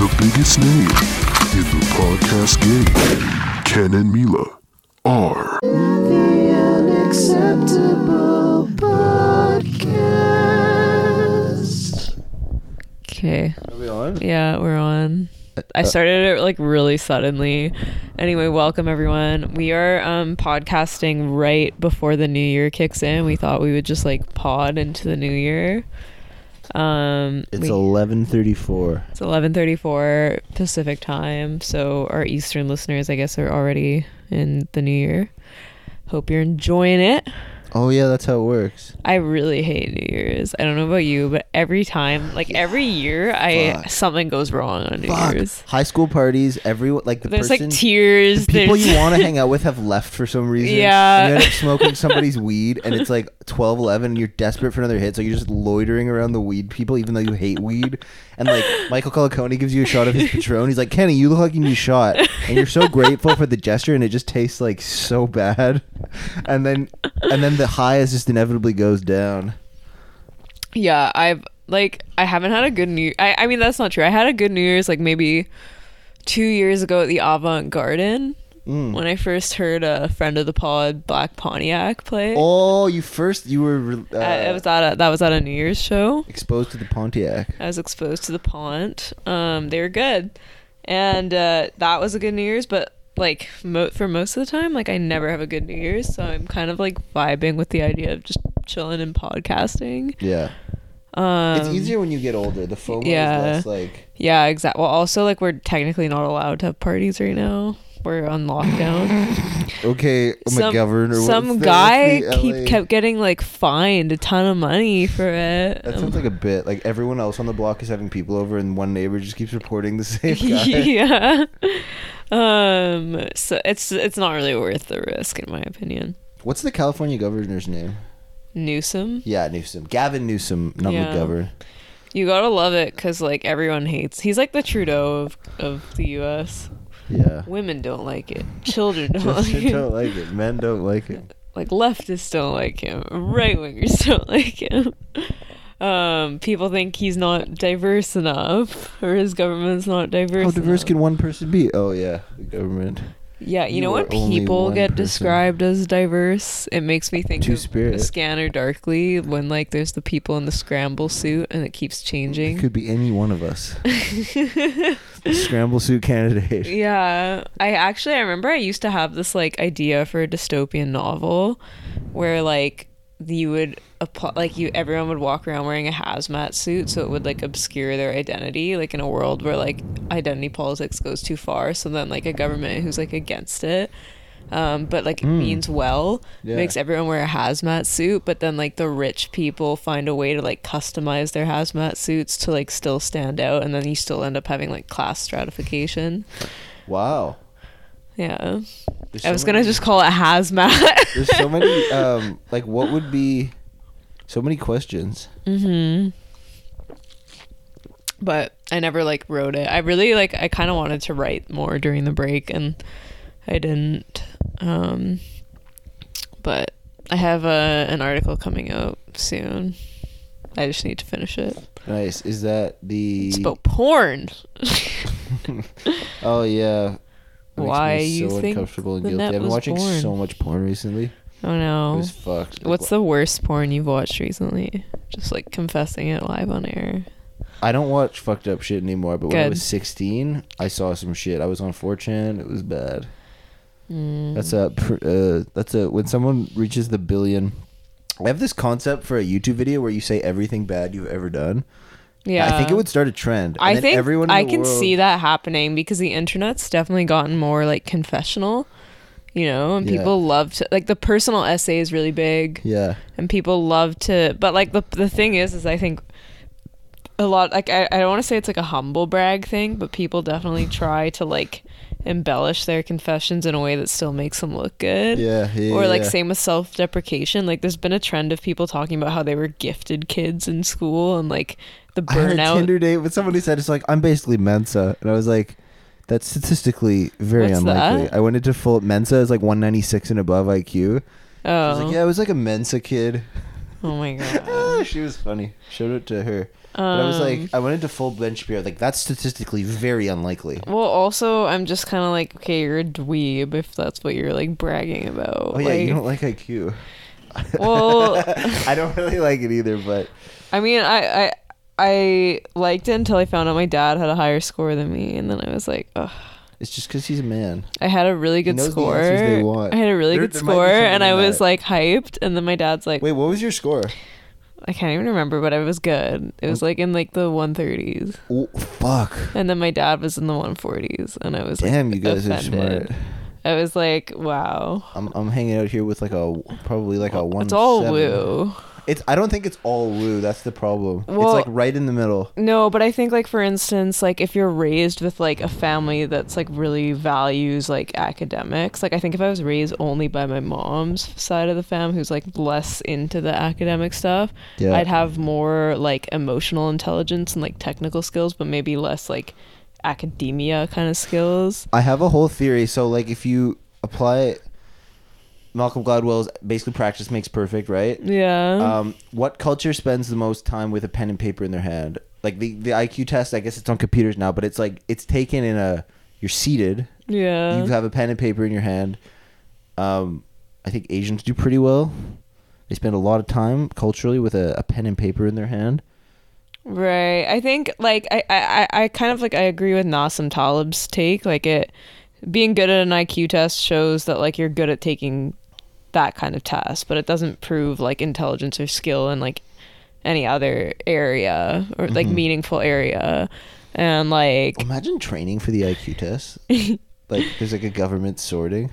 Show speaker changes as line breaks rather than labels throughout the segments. name in the podcast game. Ken and Mila are.
The Unacceptable Podcast.
Okay. Yeah, we're on. I started it like really suddenly. Anyway, welcome everyone. We are um podcasting right before the new year kicks in. We thought we would just like pod into the new year. Um
It's
we-
eleven thirty-four.
it's 11:34 Pacific time, so our eastern listeners I guess are already in the new year. Hope you're enjoying it.
Oh yeah, that's how it works.
I really hate New Year's. I don't know about you, but every time, like every year, I
Fuck.
something goes wrong on New
Fuck.
Year's.
High school parties, everyone like the
There's
person,
like tears.
the people
there's
you want to hang out with have left for some reason.
Yeah.
and you end up smoking somebody's weed, and it's like 12, 11, and you're desperate for another hit, so you're just loitering around the weed people, even though you hate weed. And like Michael Colacone gives you a shot of his Patron, he's like, Kenny, you look like you need a shot, and you're so grateful for the gesture, and it just tastes like so bad. And then, and then the high is just inevitably goes down.
Yeah, I've like I haven't had a good New. I I mean that's not true. I had a good New Year's like maybe two years ago at the Avant Garden
Mm.
when I first heard a friend of the pod Black Pontiac play.
Oh, you first you were uh,
Uh, it was at a, that was at a New Year's show.
exposed to the Pontiac.
I was exposed to the pond. Um, they were good, and uh, that was a good New Year's. But like mo- for most of the time, like I never have a good New Year's, so I'm kind of like vibing with the idea of just chilling and podcasting.
Yeah,
Um,
it's easier when you get older. The FOMO
yeah.
is less like
Yeah, exactly. Well, also like we're technically not allowed to have parties right now. We're on lockdown.
okay, McGovern or what's
some
the- what's
guy
the
keep,
LA
kept getting like fined a ton of money for it.
That
Um,
sounds like a bit. Like everyone else on the block is having people over, and one neighbor just keeps reporting the same guy.
yeah. Um. So it's it's not really worth the risk, in my opinion.
What's the California governor's name?
Newsom,
Yeah, Newsom, Gavin Newsom, not
Yeah.
McGovern.
you gotta love it because like everyone hates. He's like the Trudeau of of the U.S.
Yeah,
Women don't like it. Children don't like
Children
it.
don't like it. Men don't like it.
like leftists don't like him, right wingers don't like him. Um, people think he's not diverse enough, or his government's not diverse.
How diverse
enough.
can one person be? Oh yeah, the government.
yeah, you,
you
know when
are only
people
one
get
person.
described as diverse, it makes me think
Two-spirit.
of Scanner Darkly when like there's the people in the scramble suit and it keeps
It
changing.
could be any one of us. Scramble suit candidate.
Yeah, I actually I remember I used to have this like idea for a dystopian novel where like you would appo- like you everyone would walk around wearing a hazmat suit so it would like obscure their identity like in a world where like identity politics goes too far so then like a government who's like against it um, but like it means well
Yeah.
makes everyone wear a hazmat suit but then like the rich people find a way to like customize their hazmat suits to like still stand out and then you still end up having like class stratification
Wow.
yeah.
There's
I
so
was
many-
gonna just call it hazmat.
There's so many. Um, like, what would be so many questions?
but I never like wrote it. I really like I kinda wanted to write more during the break and I didn't. Um but I have a, an article coming out soon. I just need to finish it.
Nice. Is that the?
It's about porn.
Oh yeah. That makes me
Why you think the net
I've been
was
watching
born?
so much porn recently.
Oh
It
no.
was fucked. Like,
What's the worst porn you've watched recently? Just like confessing it live on air.
I don't watch fucked up shit anymore. But when I
Good.
was 16, I saw some shit. I was on 4chan. It was bad.
Mm.
That's a. pr- Uh, that's a. When someone reaches the billion. I have this concept for a YouTube video where you say everything bad you've ever done.
Yeah.
I think it would start a trend. and
I
then
think
everyone in
I
the
can
world-
see that happening because the internet's definitely gotten more like confessional, you know, and
Yeah.
people love to like the personal essay is really big
Yeah.
and people love to but like the the thing is is I think a lot like I, I don't want to say it's like a humble brag thing, but people definitely try to like embellish their confessions in a way that still makes them look good.
Yeah. yeah
Or like
yeah.
same with self deprecation. Like there's been a trend of people talking about how they were gifted kids in school and like the
I had a
burnout
Tinder date with someone who said it's like I'm basically Mensa, and I was like, that's statistically very
What's
unlikely.
that?
I went into full Mensa is like 196 and above IQ. I
Oh.
was like, yeah, I was like a Mensa kid.
Oh my god.
Ah, she was funny. Showed it to her. but I was
Um.
like, I wanted to full Ben Shapiro. Like that's statistically very unlikely.
Well, also, I'm just kind of like, okay, you're a dweeb if that's what you're like bragging about.
Oh yeah, you don't like IQ.
well,
I don't really like it either, but
I mean, I, I I liked it until I found out my dad had a higher score than me, and then I was like, ugh.
it's just because he's a man.
I had a really good
knows the
score.
answers they want.
I had a really
There-
good
there might be
score, and
something
I
in
was
that.
like hyped, and then my dad's like,
Wait, what was your score?
I can't even remember, but I was good. It was like in like the 130s,
Oh fuck!
and then my dad was in the 140s, and I was
Damn,
like,
you guys
offended.
are smart.
I was like, wow,
I'm I'm hanging out here with like a probably like a one.
it's all
seven.
woo.
It's I don't think it's all woo. That's the problem.
Well-
it's like right in the middle.
No, but I think like for instance, like if you're raised with like a family that's like really values like academics, like I think if I was raised only by my mom's side of the fam who's like less into the academic stuff,
Yeah.
I'd have more like emotional intelligence and like technical skills, but maybe less like academia kind of skills.
I have a whole theory. So like if you apply Malcolm Gladwell's basically practice makes perfect, right?
Yeah.
Um, what culture spends the most time with a pen and paper in their hand? Like the, the IQ test, I guess it's on computers now, but it's like it's taken in a you're seated,
yeah.
you have a pen and paper in your hand. Um, I think Asians do pretty well. They spend a lot of time culturally with a, a pen and paper in their hand.
Right. I think like I, I, I I kind of like I agree with Nassim Taleb's take. Like it being good at an IQ test shows that like you're good at taking that kind of test, but it doesn't prove like intelligence or skill in like any other area or like
Mm-hmm.
meaningful area. And like
Imagine training for the IQ test. like there's like a government sorting.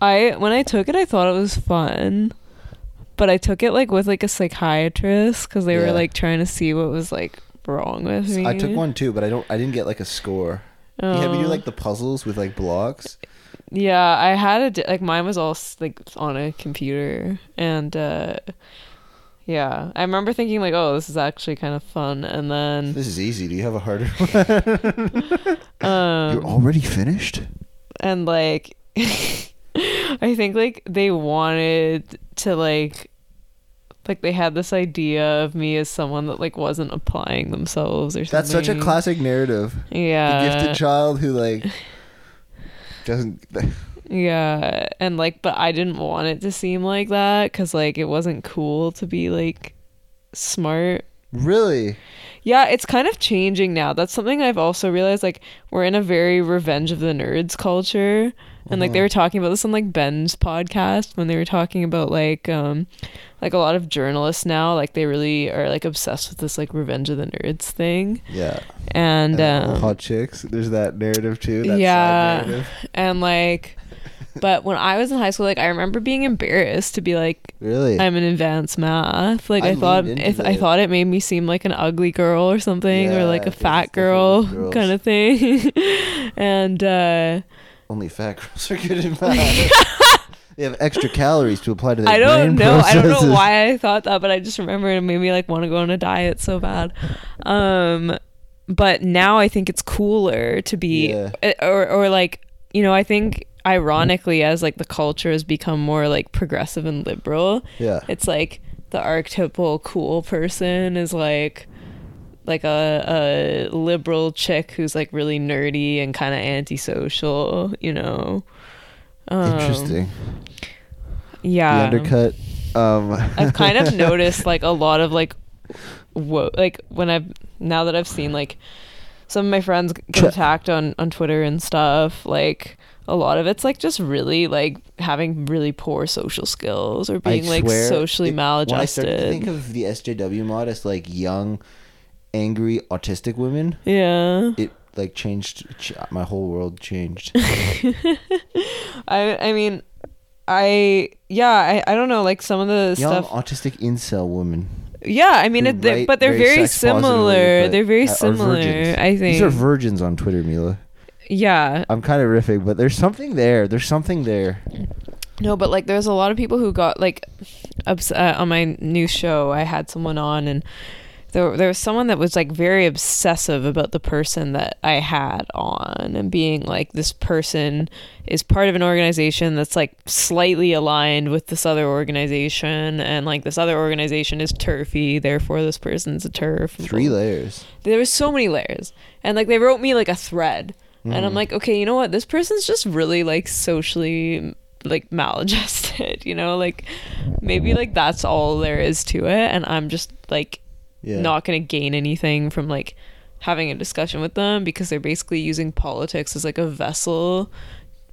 I when I took it I thought it was fun. But I took it like with like a psychiatrist cuz they
Yeah.
were like trying to see what was like wrong with me.
I took one too, but I don't. I didn't get like a score. You have me do
Oh.
like the puzzles with like blocks.
Yeah, I had a di- like mine was all s- like on a computer and uh yeah, I remember thinking like, "Oh, this is actually kind of fun." And then
This is easy. Do you have a harder one? You're already finished.
and like I think like they wanted to like like they had this idea of me as someone that like wasn't applying themselves or something.
That's such a classic narrative.
Yeah.
the gifted child who like doesn't.
Yeah, and like, but I didn't want it to seem like that because like it wasn't cool to be like smart.
Really,
Yeah, it's kind of changing now. That's something I've also realized. Like, we're in a very Revenge of the Nerds culture, and
Mm-hmm.
like they were talking about this on like Ben's podcast when they were talking about like um, like a lot of journalists now like they really are like obsessed with this like Revenge of the Nerds thing,
yeah.
and,
And,
um,
hot chicks. There's that narrative too. That
yeah,
Side narrative.
and like, but when I was in high school, like I remember being embarrassed to be like,
Really.
I'm in advanced math. Like
I
I, thought,
leaned
if
into
I
it.
thought it made me seem like an ugly girl or something,
Yeah,
or like
I
a
think
fat
it's different
girl
with girls.
kind of thing. and uh,
Only fat girls are good in math. they have extra calories to apply to their
I don't
brain
know. I don't know
processes.
why I thought that, but I just remember it made me like want to go on a diet so bad. Um, but now I think it's cooler to be,
Yeah.
eh, or or like you know, I think ironically as like the culture has become more like progressive and liberal,
Yeah.
it's like the archetypal cool person is like like a, a liberal chick who's like really nerdy and kind of antisocial you know um,
Interesting. The
yeah
undercut. Um,
i've kind of noticed like a lot of like whoa like when i've now that i've seen like some of my friends get
Ch-
attacked on on twitter and stuff like a lot of it's like just really like having really poor social skills or being like
swear,
socially
it- When I
maladjusted
started to think of the SJW mod as like young, angry, autistic women,
yeah
it like changed. Ch- my whole world changed.
I I mean, I yeah I, I don't know like some of the
young,
stuff.
autistic incel women.
Yeah, I mean,
who
it, they,
write
but they're very,
sex positively,
similar.
but
They're very
are
similar.
virgins.
I think.
these are virgins on Twitter, Mila.
yeah.
I'm kind of riffing, but there's something there. There's something there.
No, but like there's a lot of people who got like ups- uh, on my new show. I had someone on and there, there was someone that was like very obsessive about the person that I had on and being like, this person is part of an organization that's like slightly aligned with this other organization, and like this other organization is turfy, therefore this person's a turf.
Three layers.
There was so many layers, and like they wrote me like a thread, and I'm like, okay, you know what? This person's just really like socially like maladjusted, you know, like maybe like that's all there is to it, and I'm just like
Yeah.
not going to gain anything from like having a discussion with them because they're basically using politics as like a vessel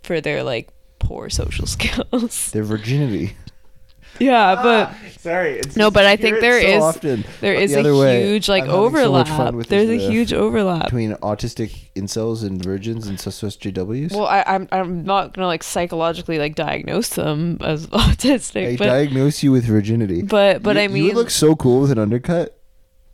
for their like poor social skills.
Their virginity.
yeah,
Ah.
but
Sorry. It's
No, but I think
there
there
is
is-
Uh,
there is a huge like overlap. There's a huge overlap.
between autistic incels and virgins and sus GWs.
well, I, I'm I'm not gonna like psychologically like diagnose them as autistic,
I
but
diagnose you with virginity.
but but
You-
I mean,
you would look so cool with an undercut.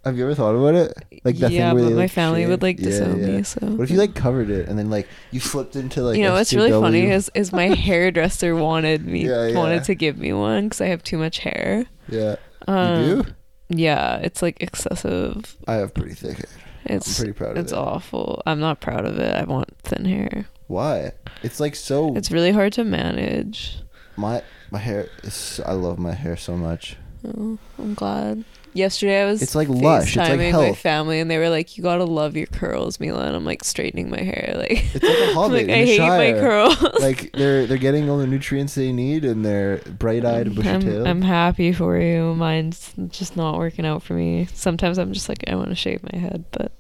Have you ever thought about it? Like that
yeah,
thing where
but
they,
my
like,
family
shave-
would like
Yeah,
disown
yeah.
me. So
What if you like covered it and then like you slipped into like
you know what's really
SJW?
funny is is my hairdresser wanted me
Yeah, yeah.
wanted to give me one because I have too much hair.
yeah
Um,
you do
Yeah, it's like excessive.
I have pretty thick hair. I'm
It's
pretty proud of
it's
it.
awful. I'm not proud of it. I want thin hair.
Why? It's like so
It's really hard to manage.
my my hair is I love my hair so much.
Oh, I'm glad. Yesterday I was
It's like lush, it's like
FaceTiming my
health.
family and they were like, "You gotta love your curls, Mila." And I'm like straightening my hair. Like
It's like a
I'm
hobbit
like
in
I
the
hate my
Shire.
curls.
Like they're they're getting all the nutrients they need and they're bright eyed and bushy
I'm,
tailed.
I'm happy for you. Mine's just not working out for me. Sometimes I'm just like I want to shave my head, but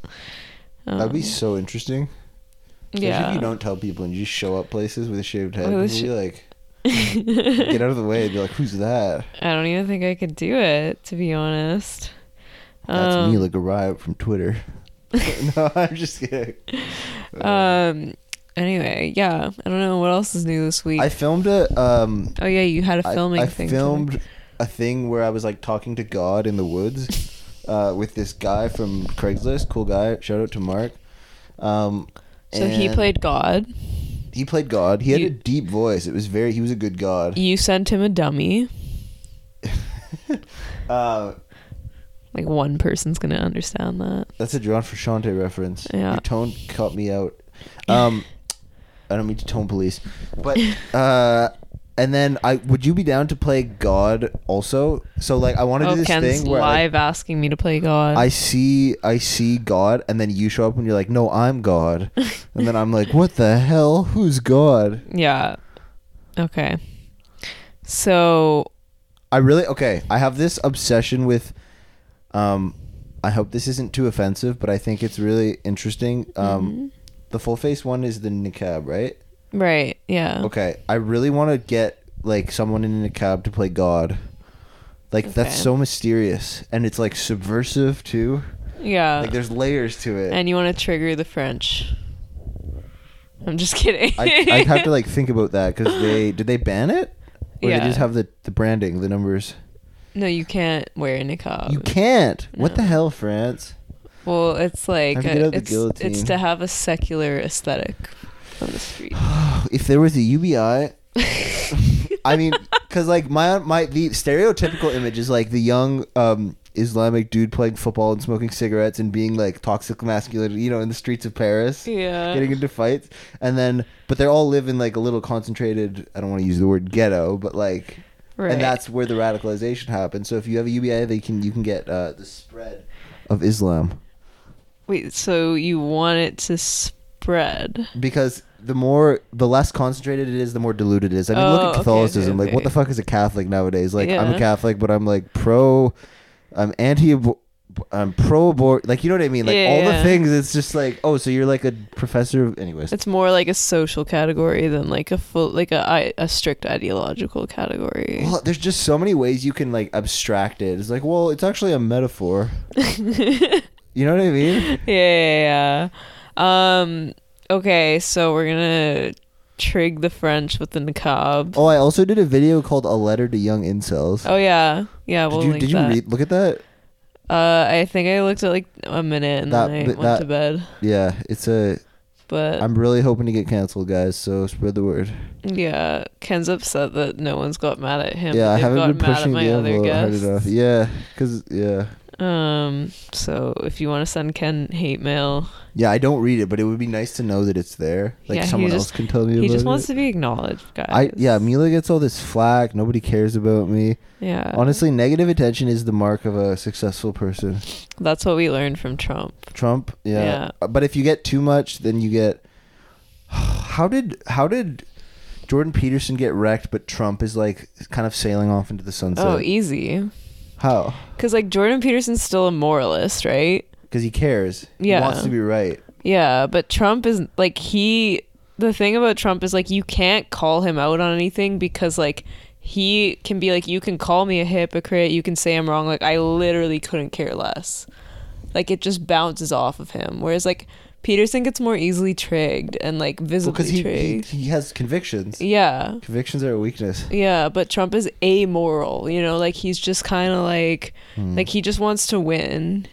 um,
That'd be so interesting. Especially
yeah.
If you don't tell people and you just show up places with a shaved head,
With a
and
sh-
be like, get out of the way. Be like, who's that?
I don't even think I could do it, to be honest.
That's
Um,
Mila Garai from Twitter. no, I'm just kidding.
Um. Anyway, yeah. I don't know what else is new this week.
I filmed a um,
oh yeah, you had a
I-
filming
I,
thing. today.
filmed a thing where I was like talking to God in the woods uh, with this guy from Craigslist. Cool guy. Shout out to Mark. Um,
So he
and
played God.
He played God. He had
You-
a deep voice. It was very. He was a good God.
You sent him a dummy.
Uh,
Like one person's gonna understand that.
That's a John Frusciante reference.
Yeah.
Your tone caught me out. Um, I don't mean to tone police, but uh, and then I would you be down to play God also? So like I want to
Oh,
do this
Ken's
thing where like,
live asking me to play God.
I see I see God, and then you show up and you're like, no, I'm God, and then I'm like, what the hell? Who's God?
yeah. Okay. So
I really okay. I have this obsession with. Um, I hope this isn't too offensive, but I think it's really interesting. Um, the full face one is the niqab, right?
right, yeah.
Okay, I really want to get like someone in a cab to play God. Like
Okay.
that's so mysterious, and it's like subversive too.
Yeah.
Like there's layers to it.
and you wanna trigger the French. I'm just kidding.
I I have to like think about that because they did they ban it or
Yeah.
they just have the the branding the numbers.
No, you can't wear a niqab.
you can't. What the
Uh, no.
hell, France?
Well, it's like
Have to
a-
get out the
it's, it's
guillotine.
to have a secular aesthetic on the street.
If there was a UBI, I mean, because like my my the stereotypical image is like the young um Islamic dude playing football and smoking cigarettes and being like toxic masculinity, you know, in the streets of Paris,
Yeah.
getting into fights, and then but they all live in like a little concentrated. I don't want to use the word ghetto, but like,
Right.
and that's where the radicalization happens. So if you have a UBI, they can you can get uh, the spread of Islam
Wait, so you want it to spread?
because. The more, the less concentrated it is, the more diluted it is. I mean,
Oh,
look at
okay,
Catholicism.
okay,
Like, what
okay.
the fuck is a Catholic nowadays? Like, I'm
Yeah.
a Catholic, but I'm like pro, I'm anti, I'm pro abort. Like, you know what I mean? Like,
Yeah,
all
yeah.
the things. It's just like, oh, so you're like a professor of, anyways.
It's more like a social category than like a full, like a i- a strict ideological category.
Well, there's just so many ways you can like abstract it. It's like, well, it's actually a metaphor. you know what I mean?
Yeah, yeah, yeah. Um. Okay, so we're gonna trig the French with the niqab.
Oh, I also did a video called "A Letter to Young Incels."
Oh yeah, yeah. We'll
did you
link
did you
that.
read? Look at that.
Uh, I think I looked at like a minute and
That-
then I
but
went
that-
to bed.
Yeah, it's a.
But
I'm really hoping to get canceled, guys. So spread the word.
yeah, Ken's upset that no one's got mad at him.
yeah,
but
I
they've
haven't
gotten
been pushing
mad
the
at my other
envelope hard
guests.
enough. Yeah, because yeah,
Um, so if you want to send Ken hate mail,
Yeah, I don't read it, but it would be nice to know that it's there. Like
yeah, he
someone
just-
else can tell me about
He just
it.
wants to be acknowledged, guys.
I yeah, Mila gets all this flack. Nobody cares about me.
yeah.
Honestly, negative attention is the mark of a successful person.
that's what we learned from Trump.
Trump, yeah.
Yeah.
Uh, But if you get too much, then you get. How did how did Jordan Peterson get wrecked? But Trump is like kind of sailing off into the sunset.
oh, easy.
how?
Because like Jordan Peterson's still a moralist, right?
Because he cares. He
Yeah.
wants to be right.
Yeah, but Trump is like he. The thing about Trump is like you can't call him out on anything because like he can be like you can call me a hypocrite, you can say I'm wrong. Like I literally couldn't care less. Like it just bounces off of him. Whereas like Peterson gets more easily trigged and like visibly
Because he, he
trigged.
he has convictions.
yeah.
Convictions are a weakness.
Yeah, but Trump is amoral, you know, like he's just kind of like like he just wants to win.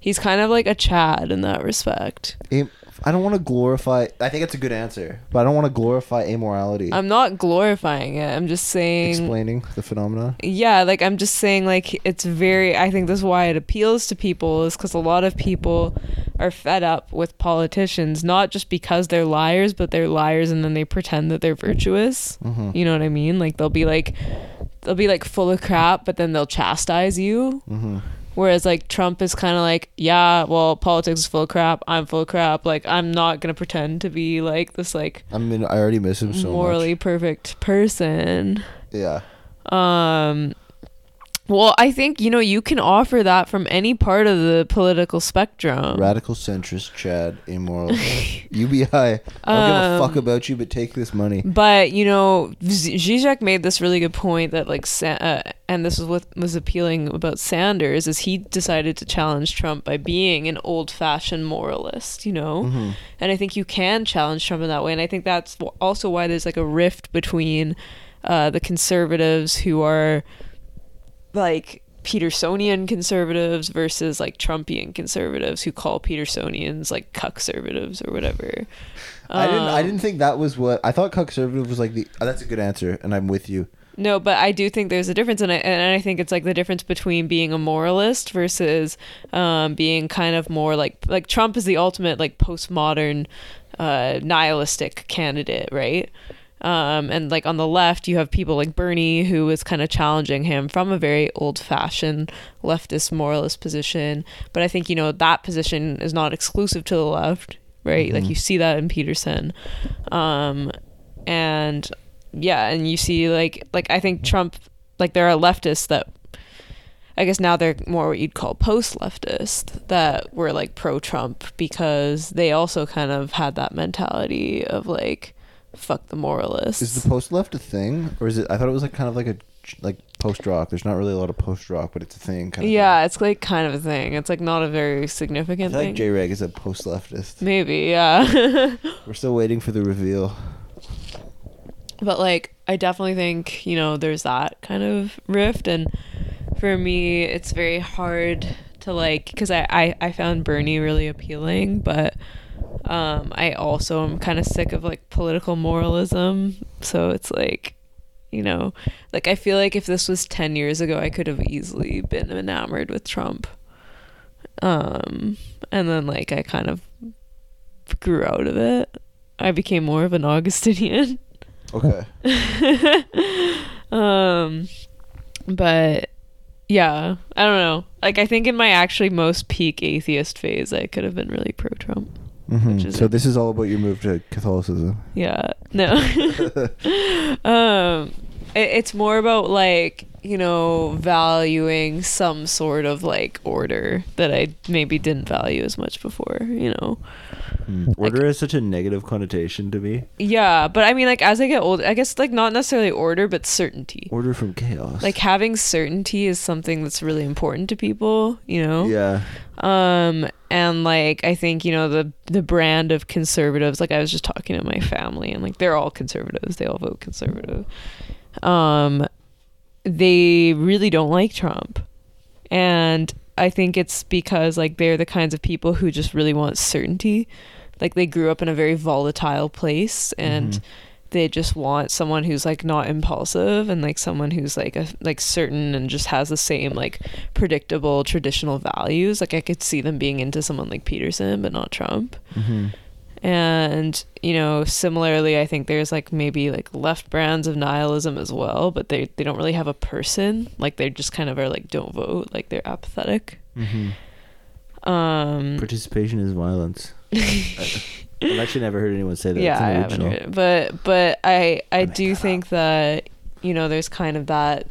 He's kind of like a Chad in that respect.
Am- I don't want to glorify. I think it's a good answer, but I don't want to glorify amorality.
I'm not glorifying it. I'm just saying
explaining the phenomena.
yeah, like I'm just saying like it's very I think that's why it appeals to people is cuz a lot of people are fed up with politicians not just because they're liars, but they're liars and then they pretend that they're virtuous. You know what I mean? Like they'll be like they'll be like full of crap, but then they'll chastise you. Whereas like Trump is kind of like, yeah, well, politics is full of crap. I'm full of crap. Like I'm not gonna pretend to be like this like
I mean, I already miss him so
morally
much.
perfect person.
Yeah.
Um, well, I think you know you can offer that from any part of the political spectrum.
Radical centrist Chad immoral UBI. I don't
Um,
give a fuck about you, but take this money.
But you know, Z- Zizek made this really good point that like, Sa- uh, and this is what was appealing about Sanders is he decided to challenge Trump by being an old-fashioned moralist, you know. And I think you can challenge Trump in that way, and I think that's wh- also why there's like a rift between uh, the conservatives who are like Petersonian conservatives versus like Trumpian conservatives who call Petersonians like cuckservatives or whatever.
I didn't.
um,
I didn't think that was what I thought. Conservative was like the. oh, that's a good answer, and I'm with you.
No, but I do think there's a difference, and I, and I think it's like the difference between being a moralist versus um, being kind of more like like Trump is the ultimate like postmodern uh, nihilistic candidate, right? Um, and like on the left, you have people like Bernie, who is kind of challenging him from a very old-fashioned leftist moralist position. But I think you know that position is not exclusive to the left, right? Like you see that in Peterson. Um, and yeah and you see like like i think trump like there are leftists that i guess now they're more what you'd call post leftist that were like pro trump because they also kind of had that mentality of like fuck the moralists
Is the post left a thing, or is it? I thought it was like kind of like a like post rock. There's not really a lot of post rock, but it's a thing. Kind of
yeah it's like kind of a thing it's like not a very significant
Thing. I feel like
thing
J Reg is a post leftist.
maybe yeah
We're still waiting for the reveal.
but like i definitely think you know there's that kind of rift and for me it's very hard to like because I, I i found bernie really appealing but um i also am kind of sick of like political moralism so it's like you know like i feel like if this was 10 years ago i could have easily been enamored with trump um and then like i kind of grew out of it i became more of an augustinian
Okay.
um, but yeah, I don't know. Like, I think in my actually most peak atheist phase, I could have been really pro Trump.
Mhm.
is
So
it.
this is all about your move to Catholicism.
Yeah, no. um, it, it's more about like you know valuing some sort of like order that I maybe didn't value as much before. You know.
Order has such a negative connotation to me.
Yeah, but I mean, like as I get older, I guess like not necessarily order, but certainty.
Order from chaos.
Like having certainty is something that's really important to people. You know.
yeah.
um and like i think you know the the brand of conservatives like i was just talking to my family and like they're all conservatives they all vote conservative um they really don't like trump and i think it's because like they're the kinds of people who just really want certainty like they grew up in a very volatile place and they just want someone who's like not impulsive and like someone who's like a, like certain and just has the same like predictable traditional values. Like I could see them being into someone like Peterson, but not Trump.
Mm-hmm.
And you know, similarly, I think there's like maybe like left brands of nihilism as well, but they they don't really have a person. Like they just kind of are like don't vote. Like they're apathetic. Um,
Participation is violence. I, have actually never heard anyone say that.
yeah,
It's
I
an
haven't
original.
heard it, but but I I
made
do
that
think that you know there's kind of that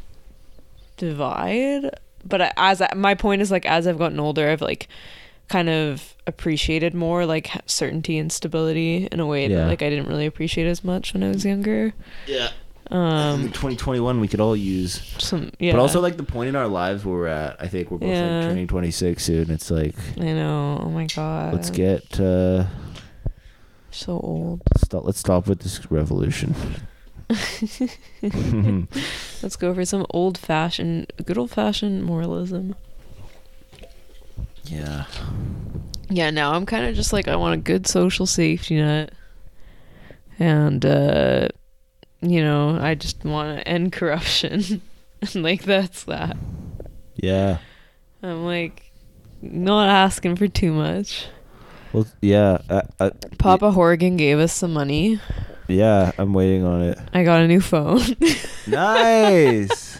divide. But I, as I, my point is like as I've gotten older, I've like kind of appreciated more like h- certainty and stability in a way
Yeah.
that like I didn't really appreciate as much when I was younger.
Yeah.
Um,
2021, we could all use.
some yeah.
But also, like the point in our lives where we're at, I think we're both
Yeah.
like turning 26 soon. It's like
I know. Oh my god.
let's get uh,
so old.
stop. Let's stop with this revolution.
Let's go for some old fashioned, good old fashioned moralism.
yeah.
Yeah, now I'm kind of just like I want a good social safety net, and uh, you know I just want to end corruption, and like that's that.
Yeah.
I'm like not asking for too much.
Well, yeah. uh, I, I,
Papa Horgan gave us some money.
yeah, I'm waiting on it.
I got a new phone.
Nice.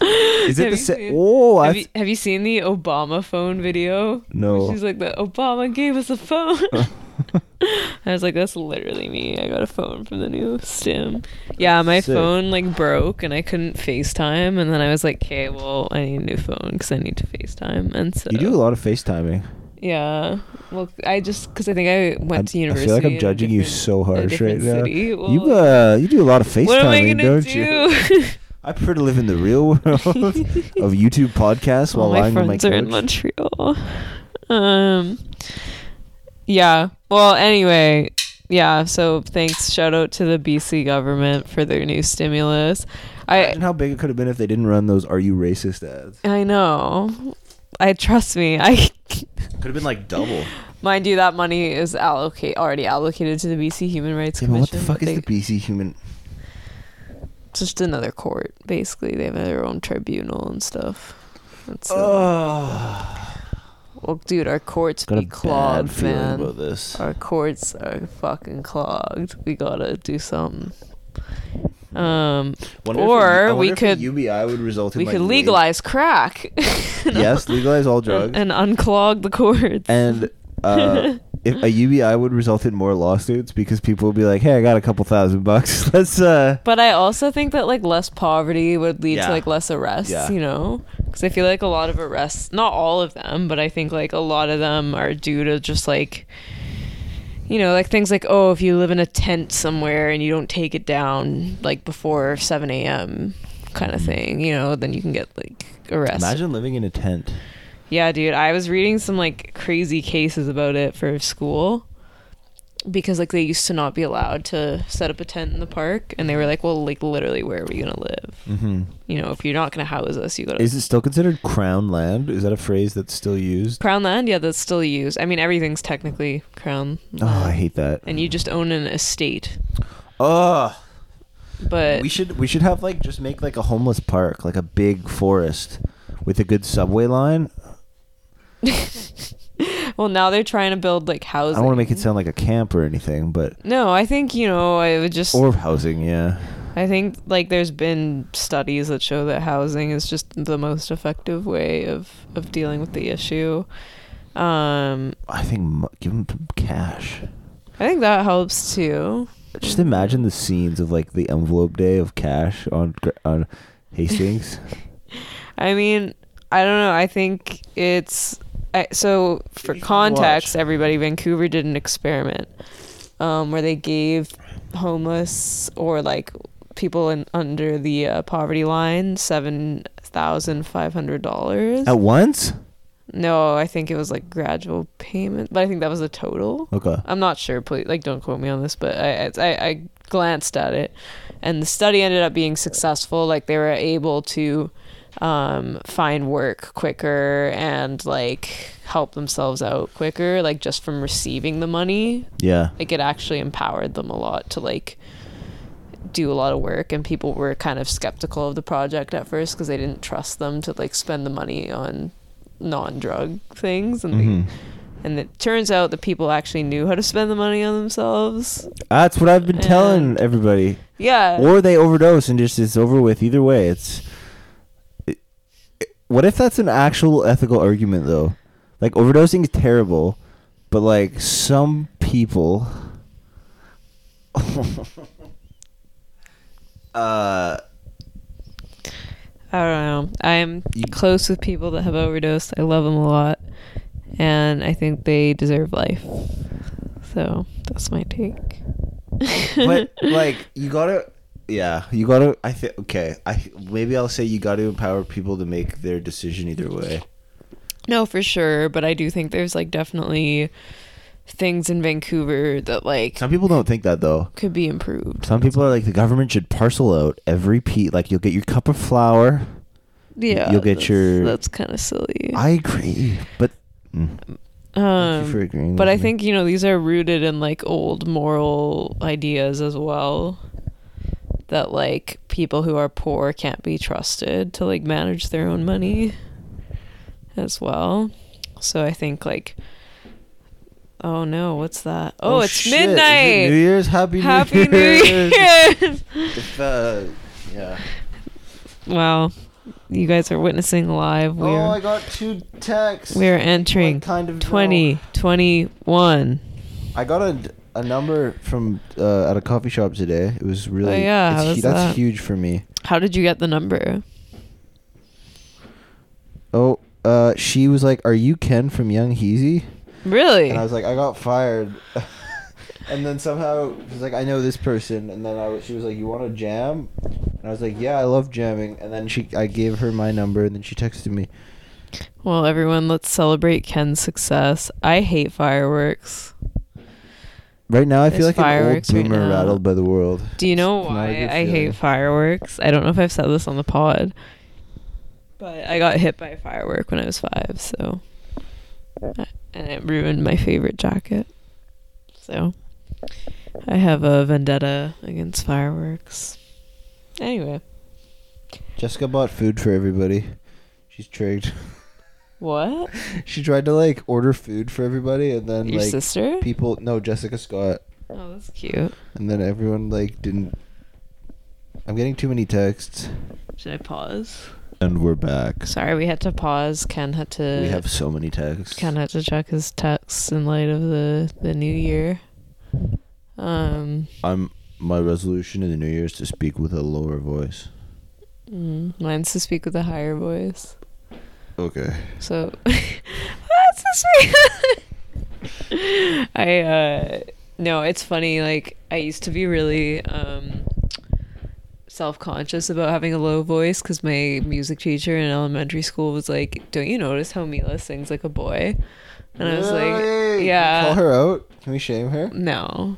Is
Have
it the
you
same?
seen-
Oh, I
have, you, have you seen the Obama phone video?
No.
She's like, the Obama gave us a phone. I was like, that's literally me. I got a phone from the new STEM. Yeah, my
Sick.
phone like broke and I couldn't FaceTime. And then I was like, okay, well, I need a new phone because I need to FaceTime. And so,
you do a lot of FaceTiming.
yeah. Well, I just because I think I went
I'm-
to university.
I feel like
in
I'm
a
judging you
different-
so
a
harsh right
different
now.
city.
you
Well,
uh, you do a lot of FaceTiming,
what am I gonna
don't you?
do?
I prefer to live in the real world of YouTube podcasts while
All my
lying on my
friends
couch.
are in Montreal. Um, yeah. Well, anyway, yeah. So thanks. Shout out to the BC government for their new stimulus. I
Imagine how big it could have been if they didn't run those "Are you racist?" ads.
I know. I trust me. I
Could have been like double.
mind you, that money is allocate already allocated to the BC Human Rights
Yeah, but
Commission.
what the fuck
but
is the
they-
BC human?
Just another court, basically. They have their own tribunal and stuff. That's it.
Oh,
well, dude, our courts
got a
be
bad
clogged,
feeling
man.
about this.
Our courts are fucking clogged. We gotta do something. Um,
Wonder if
or
a- I
we
wonder if a
could-
UBI would result in
we
like,
could
wage-
legalize crack
Yes, legalize all drugs.
and, and unclog the courts.
and uh, if a UBI would result in more lawsuits because people would be like, "Hey, I got a couple thousand bucks. Let's uh."
but I also think that like less poverty would lead
Yeah.
to like less arrests,
Yeah.
you know? Because I feel like a lot of arrests, not all of them, but I think like a lot of them are due to just like, you know, like things like, oh, if you live in a tent somewhere and you don't take it down like before 7 a.m. kind of
Mm-hmm.
thing, you know, then you can get like arrested.
Imagine living in a tent.
Yeah, dude, I was reading some like crazy cases about it for school because like they used to not be allowed to set up a tent in the park and they were like, well, like literally where are we going to live?
Mm-hmm.
You know, if you're not going to house us, you got to
Is it still considered crown land? Is that a phrase that's still used?
Crown land, yeah, that's still used. I mean, everything's technically crown,
Oh, I hate that.
and you just own an estate.
Oh,
But
we should we should have like just make like a homeless park, like a big forest with a good subway line.
well, now they're trying to build like
I
housing.
don't want to make it sound like a camp or anything, but
No, I think you know. I would just.
or housing, yeah.
I think like there's been studies that show that housing is just the most effective way of of dealing with the issue. Um,
I think mu- give them some cash.
I think that helps too.
Just imagine the scenes of like the envelope day of cash on Gr- on Hastings.
I mean, I don't know. I think it's I, so for context, everybody, Vancouver did an experiment um, where they gave homeless or like people in under the uh, poverty line seven thousand five hundred dollars.
At once?
No, I think it was like gradual payment, but I think that was the total.
Okay.
I'm not sure. Please, like, don't quote me on this, but I, I, I glanced at it, and the study ended up being successful. Like, they were able to um, find work quicker and like help themselves out quicker, like just from receiving the money.
Yeah.
Like, it actually empowered them a lot to like do a lot of work and people were kind of skeptical of the project at first because they didn't trust them to like spend the money on non-drug things and
Mhm.
they, and it turns out that people actually knew how to spend the money on themselves
That's what I've been telling
And-
everybody.
yeah
Or they overdose and just it's over with. Either way, it's. it- it- what if that's an actual ethical argument though? Like overdosing is terrible, but like some people. uh,
I don't know. I'm
You-
close with people that have overdosed. I love them a lot, and I think they deserve life. So that's my take.
but like you gotta yeah you gotta i think okay i maybe i'll say you gotta empower people to make their decision either way
no, for sure. But I do think there's like definitely things in Vancouver that like
some people don't think that though
could be improved.
some people are like the government should parcel out every pe like you'll get your cup of flour
Yeah,
you'll get
that's-
your-
That's kind of silly.
i agree but mm, thank you for
um,
agreeing
but
with
I
me.
think you know these are rooted in like old moral ideas as well. That like people who are poor can't be trusted to like manage their own money as well. So I think like oh no, what's that? Oh, it's
shit, is it
midnight.
new year's happy,
Happy New
year's
Year.
If, uh, yeah
wow. You guys are witnessing live. We
oh
are
i got two texts
we are entering
Like, kind of no.
2021.
I got a, a number from uh, at a coffee shop today. It was really
Oh, yeah,
it's
how
hu-
was
that's
that?
huge for me.
How did you get the number?
Oh, uh, she was like, "Are you Ken from Young Heezy?"
Really?
And I was like, "I got fired." and then somehow she's like, "I know this person." And then I was, she was like, "You want to jam?" And I was like, "Yeah, I love jamming." And then she I gave her my number, and then she texted me.
Well, everyone, let's celebrate Ken's success. I hate fireworks.
Right now, I feel
There's
like an old
fireworks right
boomer
now.
rattled by the world.
Oh. Do you know
It's not a
why
good
I
feeling.
hate fireworks? I don't know if I've said this on the pod, but I got hit by a firework when I was five, so. And it ruined my favorite jacket. So. I have a vendetta against fireworks. Anyway.
Jessica bought food for everybody. She's tricked.
What?
She tried to like order food for everybody, and then
Your
like
sister?
people. No, Jessica Scott,
Oh, that's cute.
and then everyone like didn't. I'm getting too many texts,
Should I pause?
and we're back.
Sorry, we had to pause. Ken had to.
We have so many texts.
kind of had to check his texts in light of the the new year. Um,
I'm my resolution in the new year is to speak with a lower voice.
mm, mine's to speak with a higher voice.
Okay.
So Ah, that's the sweet. I uh no, it's funny. Like I used to be really um self-conscious about having a low voice because my music teacher in elementary school was like, "Don't you notice how Mila sings like a boy?" And I was like,
Call
"Yeah,
her out. Can we shame her?
no."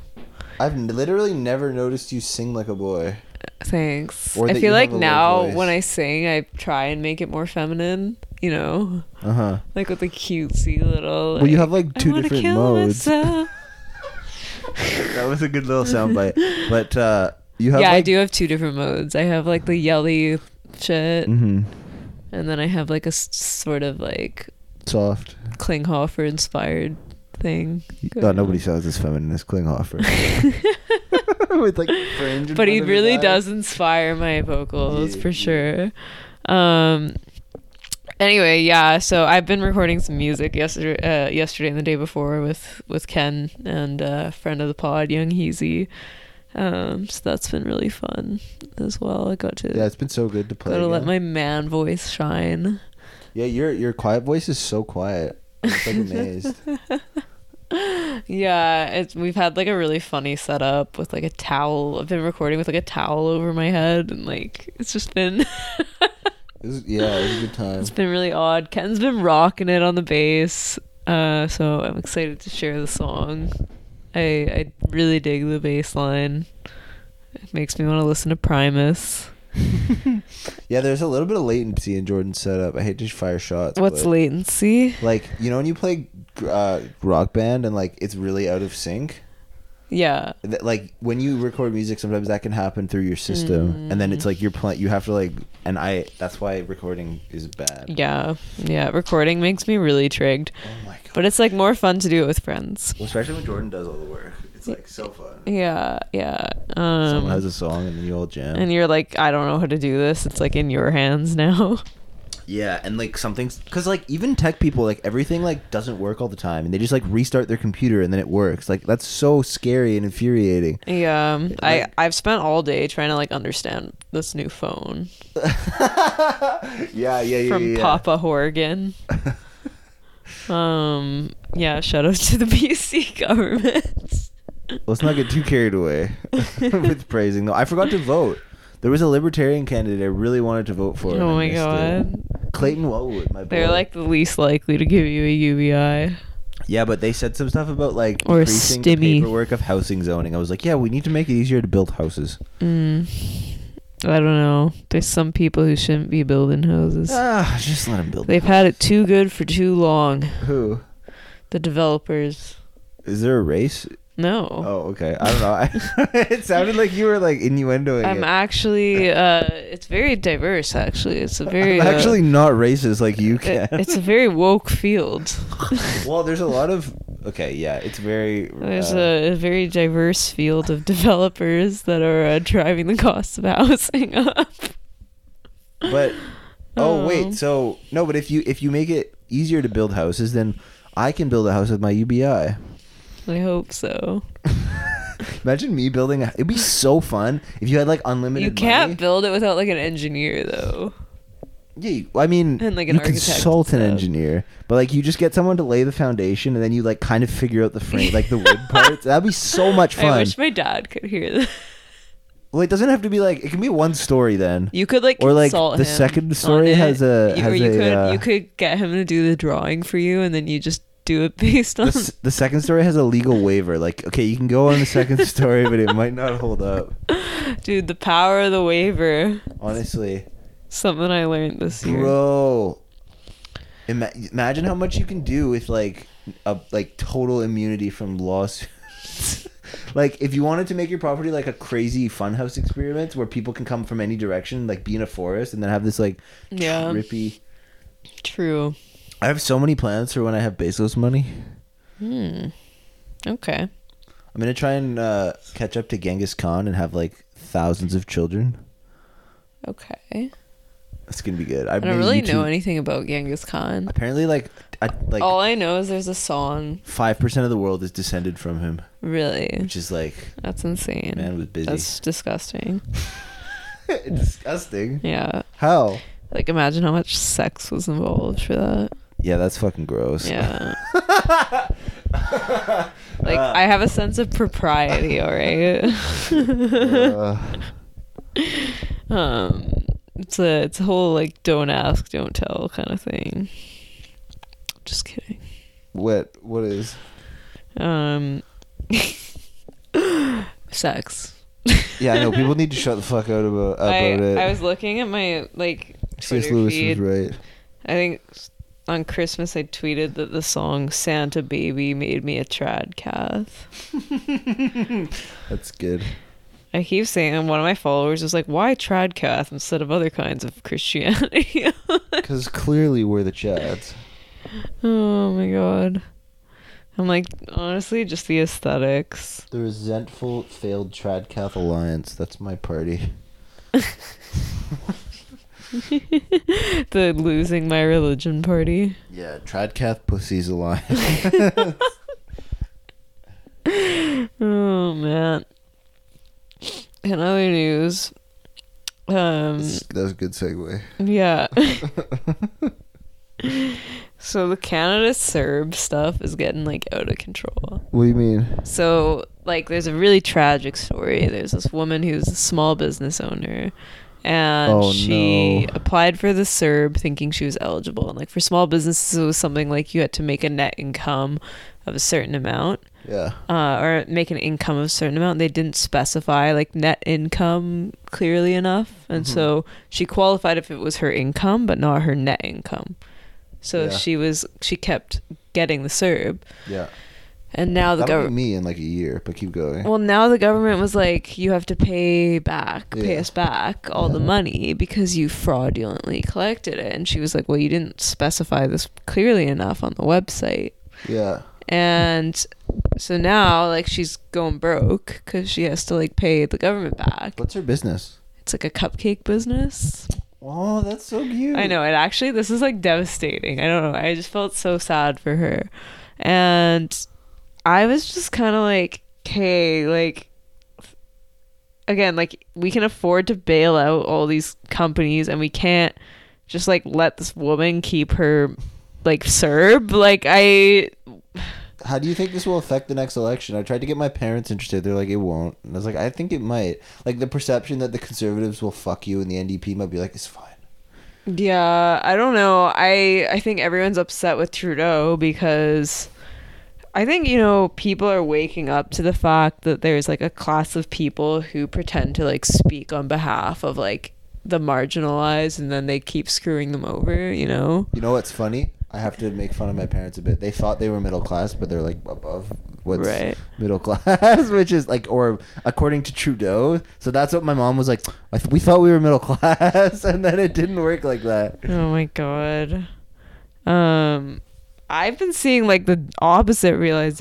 I've n- literally never noticed you sing like a boy.
Thanks.
Or
I
that
feel
you
like
have a low
now
voice.
when I sing, I try and make it more feminine. You know,
Uh huh.
like with the cutesy little.
Well, you have, like,
"I
two
wanna
different
kill
modes."
myself."
That was a good little soundbite. But uh,
yeah,
you have
I
like-
do have two different modes. I have like the yelly shit,
Mhm.
and then I have like a s- sort of like
Soft.
Klinghoffer inspired thing.
Oh, nobody sounds as feminine as Klinghoffer. With like fringe. in
but he
front of his
really
eyes.
does inspire my vocals
Yeah,
for
yeah.
sure um anyway yeah so i've been recording some music yesterday uh, yesterday and the day before with with ken and uh friend of the pod young heezy um so that's been really fun as well i got to
Yeah, it's been so good to play.
got to let
again.
my man voice shine
Yeah, your your quiet voice is so quiet. I'm just, like amazed.
yeah it's we've had like a really funny setup with like a towel i've been recording with like a towel over my head and like it's just been
It was- yeah, it was a good time.
It's been really odd. Ken's been rocking it on the bass, uh, so I'm excited to share the song. I I really dig the bass line. It makes me want to listen to Primus.
Yeah, there's a little bit of latency in Jordan's setup. I hate to fire shots.
What's
but,
latency?
like you know when you play uh, rock band and like it's really out of sync.
Yeah.
That, like when you record music, sometimes that can happen through your system, and then it's like you're playing. You have to like, and I. That's why recording is bad.
Yeah. Yeah. Recording makes me really trigged.
Oh my god.
But it's like more fun to do it with friends.
Especially when Jordan does all the work, it's like so fun.
Yeah. Yeah.
Someone
Um,
has a song and then you all jam.
and you're like, I don't know how to do this. It's like in your hands now.
yeah, and like something's because like even tech people like everything like doesn't work all the time, and they just like restart their computer and then it works. Like that's so scary and infuriating.
Yeah, um, I
like-
I've spent all day trying to like understand this new phone
Yeah, yeah, yeah.
from Papa Horgan. um, yeah, shout out to the BC government.
Let's not get too carried away with praising though. I forgot to vote. There was a libertarian candidate I really wanted to vote for. and I
oh my
missed it.
god,
Clayton Wellwood, my boy.
they're like the least likely to give you a UBI.
yeah, but they said some stuff about like
Or a
increasing the
stimmy.
paperwork of housing zoning. I was like, yeah, we need to make it easier to build houses.
Mm. I don't know. There's some people who shouldn't be building houses.
Ah, just let them build.
They've had it too good for too long.
Who
The developers.
is there a race?
No.
Oh, okay. I don't know. I, it sounded like you were like innuendoing
I'm
it.
actually uh it's very diverse actually. It's a very
I'm
uh,
actually not racist like you
It-
can.
it's a very woke field.
well, there's a lot of okay. Yeah, it's very.
There's
uh,
a, a very diverse field of developers that are uh, driving the cost of housing up.
but oh,
Oh.
wait so no but if you if you make it easier to build houses then i can build a house with my ubi
I hope so.
imagine me building a it'd be so fun if you had like unlimited
You can't
money.
build it without like an engineer though.
yeah you- i mean
And, like, an
you
architect and
consult an
stuff.
engineer but like you just get someone to lay the foundation and then you like kind of figure out the frame like the wood parts that'd be so much
I
fun
wish my dad could hear this.
well it doesn't have to be like it can be one story then
You could like
Or, like,
consult
the
him
second
on
story
it.
has a-
You-
has
or you
a,
could
uh,
you could get him to do the drawing for you and then you just do it based on
the, s- the second story has a legal waiver like okay you can go on the second story but it might not hold up
dude the power of the waiver.
honestly
Something I learned this year.
Bro, Ima- imagine how much you can do with like a like total immunity from lawsuits. like if you wanted to make your property like a crazy funhouse experiment where people can come from any direction, like be in a forest and then have this like
Yeah.
trippy.
True.
I have so many plans for when I have Bezos money.
Hmm. Okay.
I'm gonna try and uh, catch up to Genghis Khan and have like thousands of children.
Okay.
That's gonna be good. I,
I don't really know Oh. anything about Genghis Khan.
Apparently, like I, like
All I know is there's a song.
five percent of the world is descended from him,
Really?
which is like
That's insane.
man was busy.
That's disgusting.
disgusting.
Yeah.
How?
Like imagine how much sex was involved for that.
Yeah, that's fucking gross.
Yeah. like
Uh.
I have a sense of propriety, all right?
Uh,
um it's a it's a whole like don't ask, don't tell kind of thing. Just kidding.
what? What is?
Um sex.
Yeah, I know. People need to shut the fuck out about, about
I,
it.
I was looking at my like
C.S.
Twitter
Lewis
feed.
was right.
I think s- on Christmas I tweeted that the song "Santa Baby" made me a trad cath.
That's good.
I keep saying, and one of my followers was like, "Why trad cath instead of other kinds of Christianity?"
Because clearly we're the Chads.
oh my god! I'm like, honestly, just the aesthetics.
The resentful failed Tradcath alliance. That's my party.
The losing my religion party.
Yeah, Tradcath pussies alliance.
Oh man. In other news, um,
that was a good segue.
Yeah. so the Canada Serb stuff is getting like out of control.
What do you mean?
So like there's a really tragic story. There's this woman who's a small business owner and
Oh,
she
no.
applied for the Serb thinking she was eligible. And like for small businesses it was something like you had to make a net income of a certain amount
Yeah.
uh, or make an income of a certain amount. They didn't specify like net income clearly enough, and
Mm-hmm.
so she qualified if it was her income, but not her net income. So
Yeah.
she was she kept getting the Serb,
Yeah.
and now the
That'll
government
be me in like a year, but keep going.
well now the government was like you have to pay back pay
Yeah.
us back all the money because you fraudulently collected it and she was like well you didn't specify this clearly enough on the website
yeah.
and so now like she's going broke because she has to like pay the government back
What's her business?
it's like a cupcake business
Oh, that's so cute.
I know. And actually, this is like devastating. I don't know. I just felt so sad for her. And I was just kind of like, hey, like, again, like, we can afford to bail out all these companies and we can't just like let this woman keep her like Serb. Like, I.
How do you think this will affect the next election? I tried to get my parents interested. They're like, it won't. And I was like, I think it might. Like the perception that the conservatives will fuck you and the NDP might be like, it's fine.
Yeah, I don't know. I I think everyone's upset with Trudeau because I think you know people are waking up to the fact that there's like a class of people who pretend to like speak on behalf of like the marginalized and then they keep screwing them over, you know.
You know what's funny? I have to make fun of my parents a bit. They thought they were middle class, but they're like above what's
Right.
middle class, which is like, or according to Trudeau. So that's what my mom was like. I th- we thought we were middle class, and then it didn't work like that.
Oh my god. Um I've been seeing like the opposite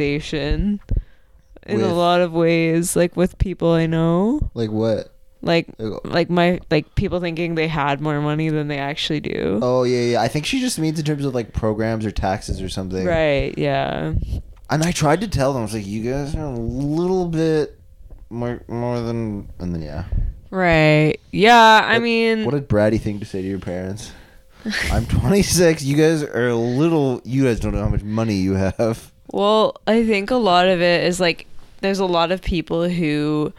realization in
With-
a lot of ways like with people I know.
Like what?
like
Ew.
like my like people thinking they had more money than they actually do
Oh yeah, yeah. I think she just means in terms of like programs or taxes or something.
right yeah
And I tried to tell them, I was like, you guys are a little bit more more than, and then yeah.
right yeah i
What-
mean
What a bratty thing to say to your parents. I'm 26. You guys are a little. You guys don't know how much money you have.
well i think a lot of it is like there's a lot of people who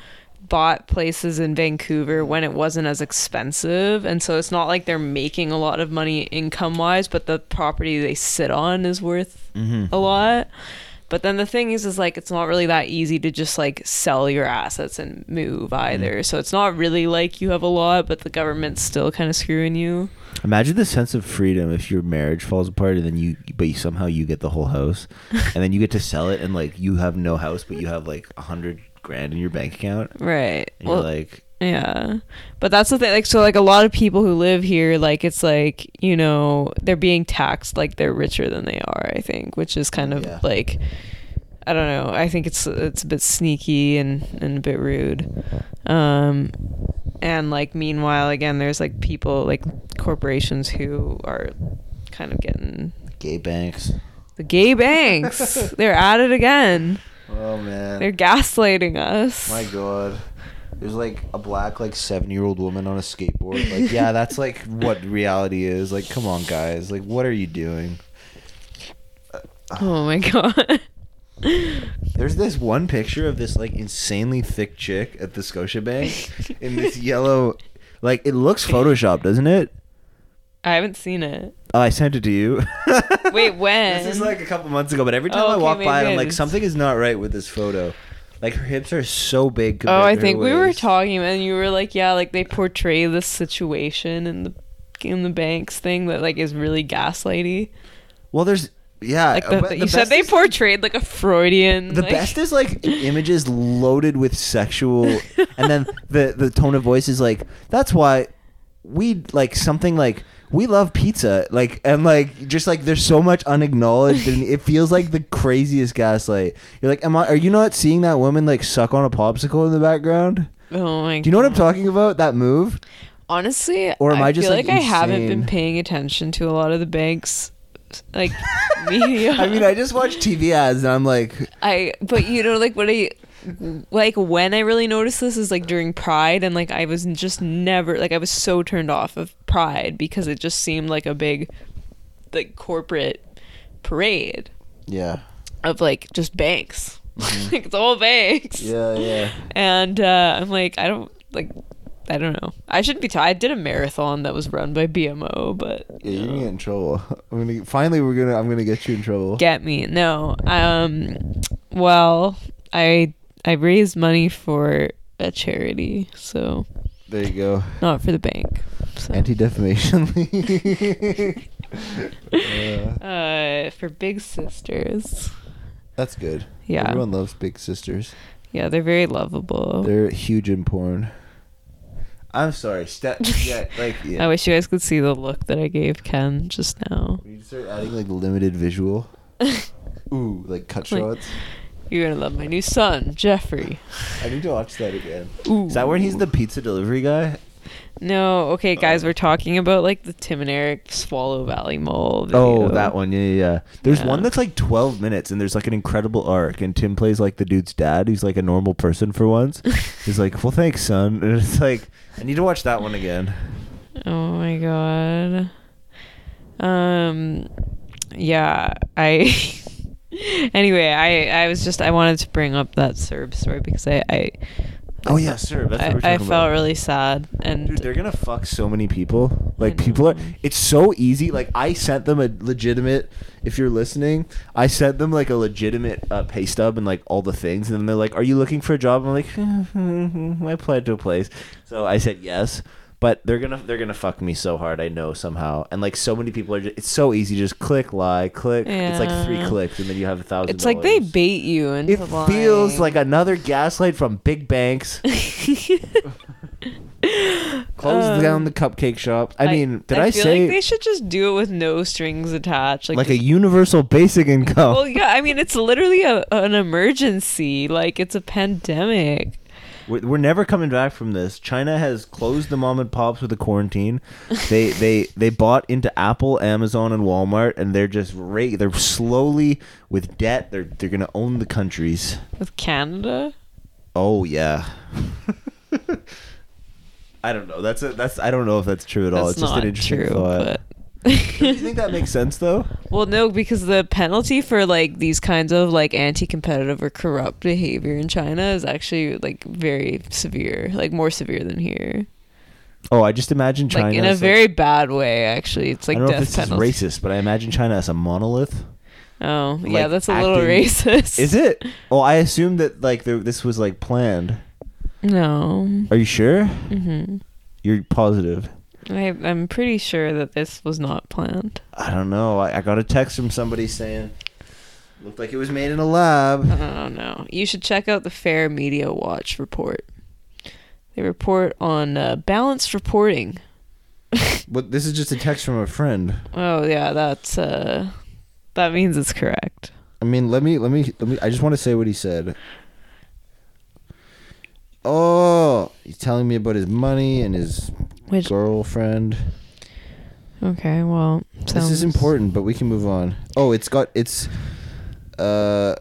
bought places in vancouver when it wasn't as expensive and so it's not like they're making a lot of money income wise but the property they sit on is worth a lot But then the thing is, is like it's not really that easy to just like sell your assets and move either. So it's not really like you have a lot, but the government's still kind of screwing you.
Imagine the sense of freedom if your marriage falls apart and then you, but you, somehow you get the whole house, and then you get to sell it and like you have no house, but you have like a hundred grand in your bank account,
Right.
and you're like,
yeah. But that's the thing. Like, so like a lot of people who live here, like it's like you know they're being taxed like they're richer than they are. I think, which is kind of
Yeah.
like. I don't know. I think it's it's a bit sneaky and, and a bit rude. Um, and like meanwhile, again, there's like people like corporations who are kind of getting
Gay banks.
the gay banks. They're at it again.
Oh man.
They're gaslighting us.
My god. There's like a black like seven year old woman on a skateboard. Like yeah, that's like what reality is. Like come on guys. Like what are you doing?
Oh my god.
There's this one picture of this like insanely thick chick at the Scotiabank in this yellow.
like it looks Photoshop, doesn't it?
I haven't seen it.
Oh, I sent it to you.
Wait, when?
This is like a couple months ago, but every time
Oh,
I
okay,
walk by,
maybe
it,
I
I'm like,
didn't
something is not right with this photo. Like her hips are so big.
Oh,
compared
I
to her
think we were
waist.
talking and you were like, yeah, like they portray this situation in the in the banks thing that like is really gaslighty.
Well, there's
Yeah,
Like the,
but
you said
best
they
is-
portrayed like a Freudian
the
like,
best is like images loaded with sexual, and then the the tone of voice is like, that's why we like something like we love pizza, like and like just like there's so much unacknowledged, and it feels like the craziest gaslight. You're like, am I? Are you not seeing that woman like suck on a popsicle in the background?
Oh my
Do you know what I'm talking about? That move.
Honestly,
Or am I just,
feel like,
like,
I haven't
insane?
been paying attention to a lot of the banks like media.
I mean, I just watch TV ads and I'm like,
I but you know like what I like when I really noticed this is like during Pride and like I was just never like I was so turned off of Pride because it just seemed like a big like corporate parade
Yeah.
of like just banks. like it's all banks.
Yeah, yeah.
And uh I'm like I don't like I don't know. I should be. T- I did a marathon that was run by BMO, but
Yeah, you're gonna get in trouble. I'm gonna get- finally we're gonna I'm gonna get you in trouble.
get me no um well i i raised money for a charity so
There you go.
not for the bank so
Anti defamation league.
uh for big sisters
That's good.
Yeah. Oh.
Everyone loves big sisters.
Yeah, they're very lovable.
They're huge in porn. I'm sorry. Step. Yeah. Like.
I
Yeah.
wish you guys could see the look that I gave Ken just now.
We need to start adding like limited visual. Ooh, like cut
Like-
shots.
You're gonna love my new son, Jeffrey.
I need to watch that again.
Ooh.
Is that when he's the pizza delivery guy?
No, okay, guys,
Uh.
we're talking about like the Tim and Eric Swallow Valley Mole.
Oh,
video.
that one. Yeah, yeah. yeah. There's
Yeah.
one that's like 12 minutes, and there's like an incredible arc, and Tim plays like the dude's dad, who's like a normal person for once. he's like, "Well, thanks, son." And it's like, I need to watch that one again.
Oh my god. Um yeah, I Anyway, I I was just I wanted to bring up that Serb story because I I
Oh yeah, sir. That's what we're
I,
talking
I
about.
felt really sad and
Dude, they're gonna fuck so many people. Like
know.
people are. It's so easy. Like I sent them a legitimate. If you're listening, I sent them like a legitimate uh, pay stub and like all the things, and then they're like, "Are you looking for a job?" I'm like, "I applied to a place," so I said yes. But they're gonna they're gonna fuck me so hard. I know somehow, and like so many people are. Just, it's so easy. Just click lie, click. It's like three
Yeah.
clicks, and then you have a thousand.
it's like they
dollars.
bait you into
It feels like another gaslight from big banks. Close down the cupcake shop. I, mean, did I,
Um, feel
say
like they should just do it with no strings attached? Like,
like a universal basic income?
well, yeah. I mean, it's literally a, an emergency. Like it's a pandemic.
We're, we're never coming back from this. China has closed the mom and pops with the quarantine. They they they bought into Apple, Amazon, and Walmart, and they're just ra- they're slowly with debt. They're they're gonna own the countries.
with Canada.
Oh yeah. I don't know. That's a that's I don't know if that's true at all.
That's
it's just
not
an interesting
true,
thought. Do you
but
think that makes sense though?
well, no, because the penalty for like these kinds of like anti-competitive or corrupt behavior in China is actually like very severe, like more severe than here,
Oh, I just imagine China
like in a
as,
very bad way. Actually, it's like
I don't know
death
if this
penalty.
is racist, but I imagine China as a monolith.
Oh, yeah,
like,
that's a little
acting-
racist.
Is it? Well, I assume that like there, this was like planned.
No,
Are you sure?
hmm
You're positive.
I, I'm pretty sure that this was not planned.
I don't know. I, I got a text from somebody saying looked like it was made in a lab.
Oh no! You should check out the Fair Media Watch report. They report on uh, balanced reporting.
But this is just a text from a friend.
Oh yeah, that's uh that means it's correct.
I mean, let me let me let me. I just want to say what he said. Oh, he's telling me about his money and his
Which
girlfriend.
okay, well
This is important, but we can move on. Oh, it's got it's, uh,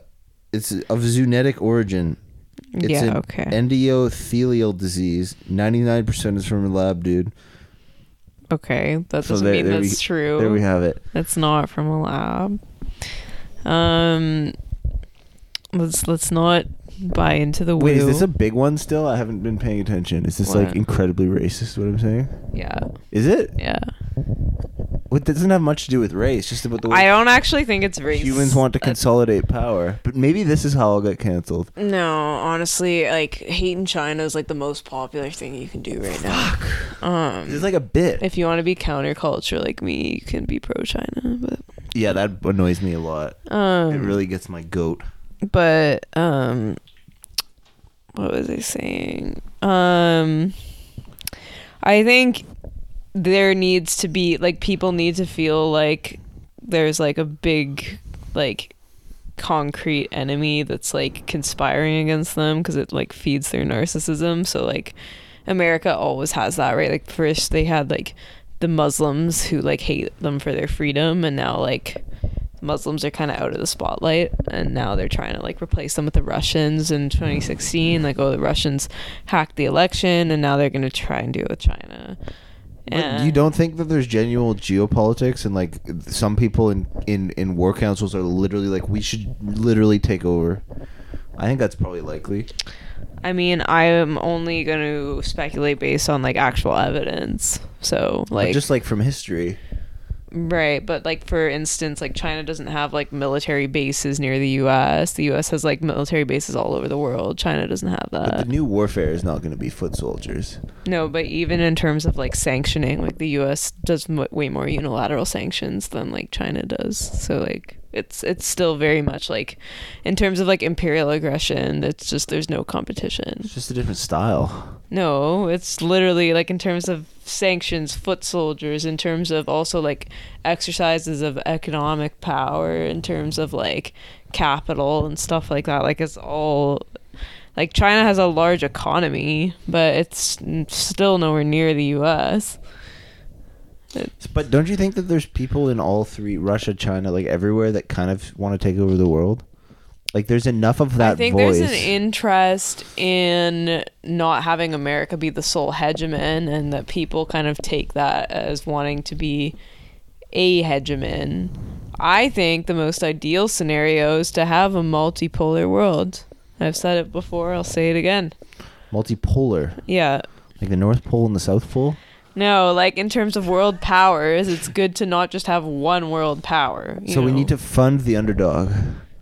it's of zoonetic origin. It's
yeah,
an
okay.
Endothelial disease. Ninety nine percent is from a lab, dude.
okay. That
So
doesn't
there-
mean
there we-
that's true.
There we have it.
That's not from a lab. Um let's let's not buy into the
Wait, is
woo.
this a big one still? I haven't been paying attention. Is this like
What?
incredibly racist what I'm saying?
yeah.
Is it?
Yeah.
Well, It doesn't have much to do with race, just about the way
I Uh, don't actually think it's racist.
humans want to consolidate power. But maybe this is how I'll get canceled.
No, honestly, like hate in China is like the most popular thing you can do right now. Um
It's like a bit.
if you want to be counterculture like me, you can be pro China, but
yeah, that annoys me a lot.
Um,
It really gets my goat.
but um, what was I saying? Um, I think there needs to be like people need to feel like there's like a big like concrete enemy that's like conspiring against them because it like feeds their narcissism. So like America always has that, right? Like first they had like the Muslims who like hate them for their freedom and now like Muslims are kind of out of the spotlight and now they're trying to like replace them with the Russians in 2016 like oh the Russians hacked the election and now they're going to try and do it with China.
But you don't think that there's genuine geopolitics and like some people in in in war councils are literally like we should literally take over.
I think that's probably likely.
I mean, I am only going to speculate based on like actual evidence. So,
But
like,
just like from history.
right. But, like, for instance, like, China doesn't have like military bases near the US. The US has like military bases all over the world. China doesn't have
But the
that.
new warfare is not going to be foot soldiers.
no, but even in terms of like sanctioning, like, the US does m- way more unilateral sanctions than like China does. So, like, it's it's still very much like in terms of like imperial aggression it's just there's no competition
Just a different style.
no it's literally like in terms of sanctions foot soldiers in terms of also like exercises of economic power in terms of like capital and stuff like that like it's all like china has a large economy but it's n- still nowhere near the us
But don't you think that there's people in all three Russia, China, like everywhere that kind of want to take over the world? Like there's enough of that
I think
voice.
there's an interest in not having America be the sole hegemon, and that people kind of take that as wanting to be a hegemon. I think the most ideal scenario is to have a multipolar world. I've said it before, I'll say it again.
Multipolar.
Yeah.
Like the North Pole and the South Pole?
No, like in terms of world powers, it's good to not just have one world power. you
So we
know?
need to fund the underdog.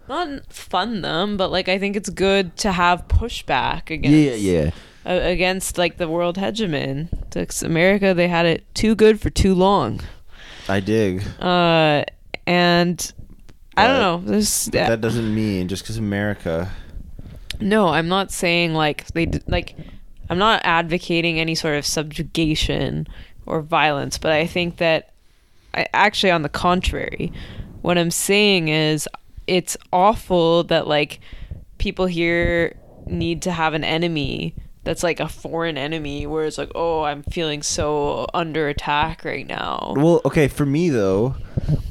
not fund them, but like I think it's good to have pushback against
Yeah, yeah.
uh, against like the world hegemon. It's America, they had it too good for too long.
I dig.
Uh, and I don't
But
know. There's
That doesn't mean just because America.
no. I'm not saying like they d- like. I'm not advocating any sort of subjugation or violence, but I think that I, actually, on the contrary, what I'm saying is it's awful that like people here need to have an enemy that's like a foreign enemy where it's like, oh, I'm feeling so under attack right now.
Well, okay, for me though,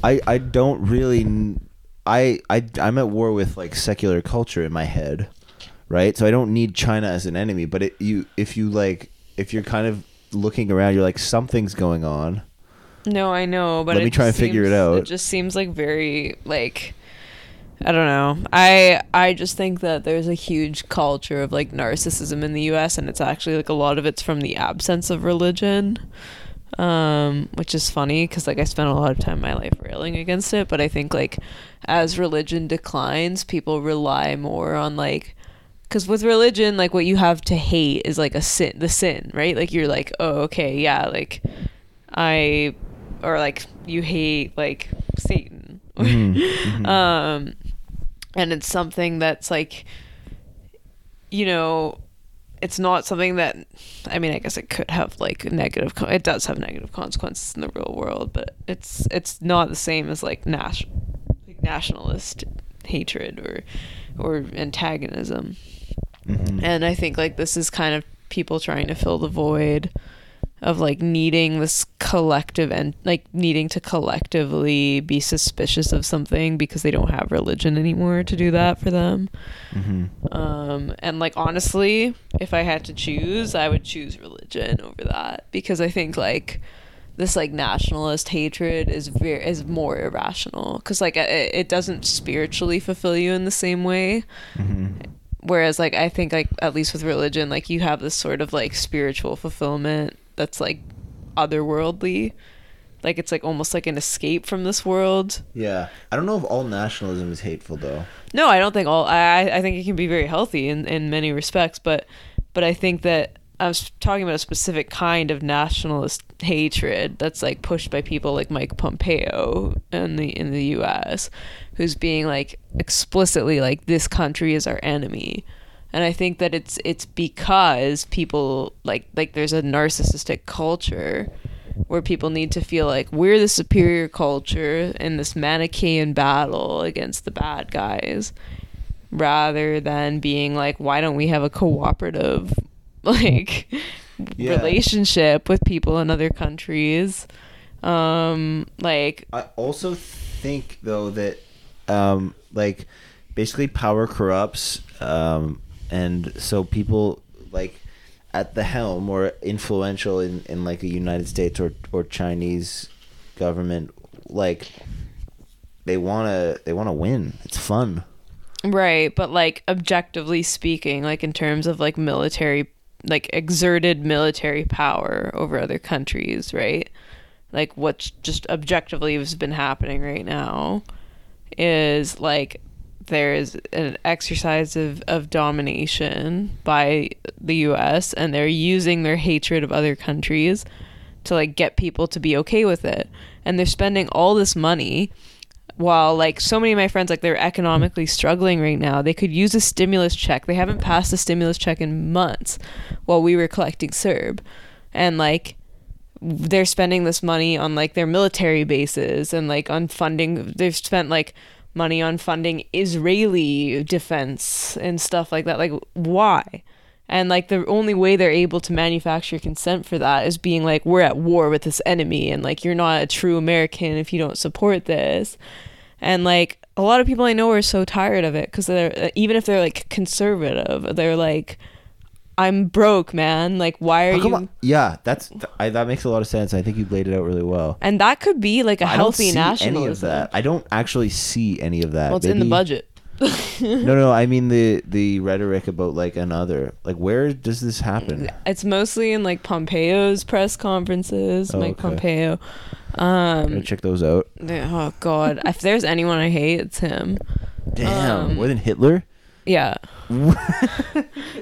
I I don't really n- I I I'm at war with like secular culture in my head, right? So I don't need China as an enemy, but it, you if you like if you're kind of looking around, you're like something's going on.
No, I know, but
Let
it
me try
just
and figure it
seems-
out.
It just seems like very like I don't know. I I just think that there's a huge culture of like narcissism in the U.S. and it's actually like a lot of it's from the absence of religion, um, which is funny because like I spent a lot of time in my life railing against it, but I think like as religion declines, people rely more on like because with religion like what you have to hate is like a sin the sin right like you're like oh okay yeah like i or like you hate like satan um and it's something that's like you know it's not something that i mean i guess it could have like negative con- it does have negative consequences in the real world but it's it's not the same as like nas- like nationalist hatred or or antagonism and i think like this is kind of people trying to fill the void of like needing this collective and like needing to collectively be suspicious of something because they don't have religion anymore to do that for them um, and like honestly, if I had to choose, I would choose religion over that because I think like this like nationalist hatred is very is more irrational because like it, it doesn't spiritually fulfill you in the same way. Whereas like I think like at least with religion, like you have this sort of like spiritual fulfillment that's like otherworldly. Like it's like almost like an escape from this world.
Yeah, I don't know if all nationalism is hateful though.
No, I don't think all. I I think it can be very healthy in in many respects, but but I think that I was talking about a specific kind of nationalist hatred that's like pushed by people like Mike Pompeo in the in the U.S., who's being like explicitly like this country is our enemy. And I think that it's it's because people like like there's a narcissistic culture where people need to feel like we're the superior culture in this Manichaean battle against the bad guys rather than being like why don't we have a cooperative like
Yeah.
relationship with people in other countries um like
I also think though that um like basically power corrupts um and so people like at the helm or influential in, in like a United States or or Chinese government like they want to they want to win. It's fun.
Right, but like objectively speaking, like in terms of like military, like exerted military power over other countries, right? Like what's just objectively has been happening right now is like there's an exercise of, of domination by the US and they're using their hatred of other countries to like get people to be okay with it. And they're spending all this money while like so many of my friends like they're economically struggling right now they could use a stimulus check they haven't passed a stimulus check in months while we were collecting serb and like they're spending this money on like their military bases and like on funding they've spent like money on funding Israeli defense and stuff like that like why and like the only way they're able to manufacture consent for that is being like we're at war with this enemy and like you're not a true American if you don't support this and like a lot of people I know are so tired of it cuz they're uh, even if they're like conservative they're like I'm broke man like why are
How come
you
I- yeah, that's th- I, that makes a lot of sense. I think you laid it out really well.
And that could be like a
I don't
healthy
see
nationalism.
any of that. I don't actually see any of that.
Well, it's in the
Maybe-
budget.
No, no, I mean the the rhetoric about like another. Like, where does this happen?
It's mostly in like Pompeo's press conferences.
Oh,
Mike
okay.
Pompeo.
Gotta
Um.
check those out.
they- Oh God! if there's anyone I hate, it's him.
Damn,
Um,
more than Hitler.
Yeah.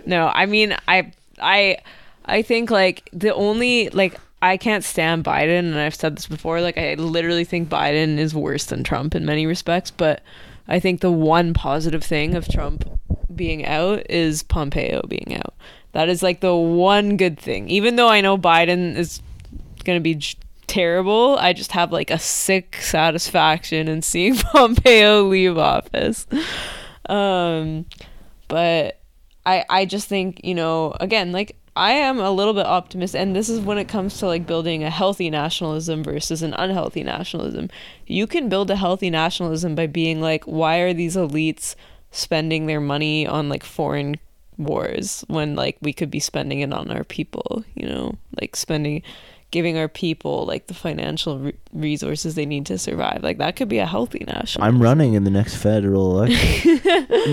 no, I mean, I, I, I think like the only like I can't stand Biden, and I've said this before. Like I literally think Biden is worse than Trump in many respects, but I think the one positive thing of Trump being out is Pompeo being out. That is like the one good thing. Even though I know Biden is going to be j- terrible, I just have like a sick satisfaction in seeing Pompeo leave office. Um, but I I just think you know again like I am a little bit optimist, and this is when it comes to like building a healthy nationalism versus an unhealthy nationalism. You can build a healthy nationalism by being like, why are these elites spending their money on like foreign wars when like we could be spending it on our people? You know, like spending giving our people like the financial re- resources they need to survive like that could be a healthy national
I'm running in the next federal election.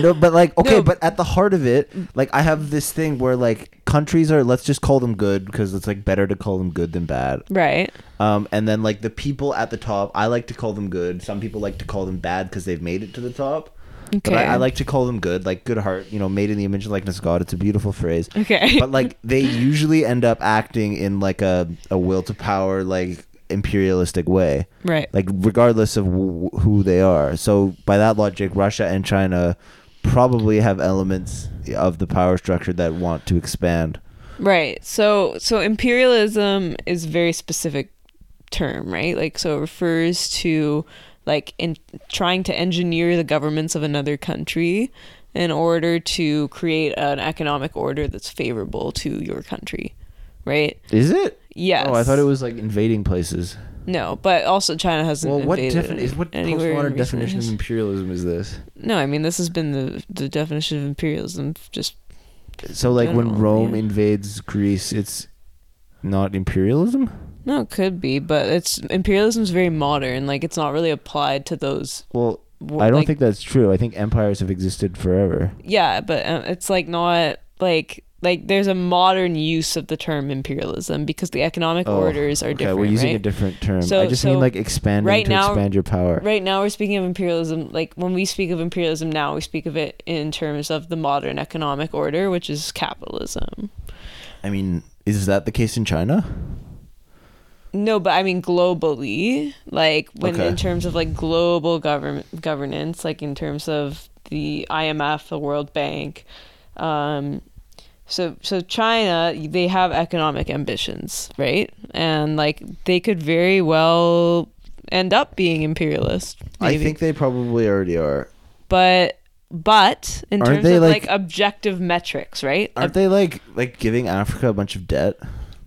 no, but like okay,
No.
but at the heart of it, like I have this thing where like countries are let's just call them good because it's like better to call them good than bad.
right
Um, and then like the people at the top, I like to call them good. Some people like to call them bad because they've made it to the top. But
Okay.
I, I like to call them good, like good heart, you know, made in the image and likeness of God. It's a beautiful phrase.
Okay.
But like they usually end up acting in like a, a will to power, like imperialistic way
right
like regardless of w- who they are. So by that logic, Russia and China probably have elements of the power structure that want to expand.
Right. So so imperialism is a very specific term, right? Like so it refers to like in trying to engineer the governments of another country in order to create an economic order that's favorable to your country, right?
Is it?
Yes.
Oh, I thought it was like invading places.
No, but also China hasn't
Well, what
invaded
defin- is what
anywhere in
postmodern
recent
definition of
years.
imperialism is this?
No, I mean this has been the the definition of imperialism just
So like when
General,
Rome
yeah.
invades Greece, it's not imperialism.
no, it could be, but it's imperialism is very modern. Like it's not really applied to those
Well,
Wh-
I don't
like-
think that's true. I think empires have existed forever.
yeah but um, it's like not like like there's a modern use of the term imperialism because the economic Oh. orders are
Oh, okay,
different
We're using
right?
a different term.
So-
I just
so
mean like expanding
right
to
now-
expand your power.
right now we're speaking of imperialism like when we speak of imperialism now we speak of it in terms of the modern economic order which is capitalism
I mean, is that the case in China?
no but i mean globally like when
Okay.
in terms of like global government governance like in terms of the imf the world bank um so so China they have economic ambitions, right? And like they could very well end up being imperialist.
I think they probably already are.
but but in
Aren't
terms
they,
of like,
like-
objective metrics, right?
Aren't they like like giving Africa a bunch of debt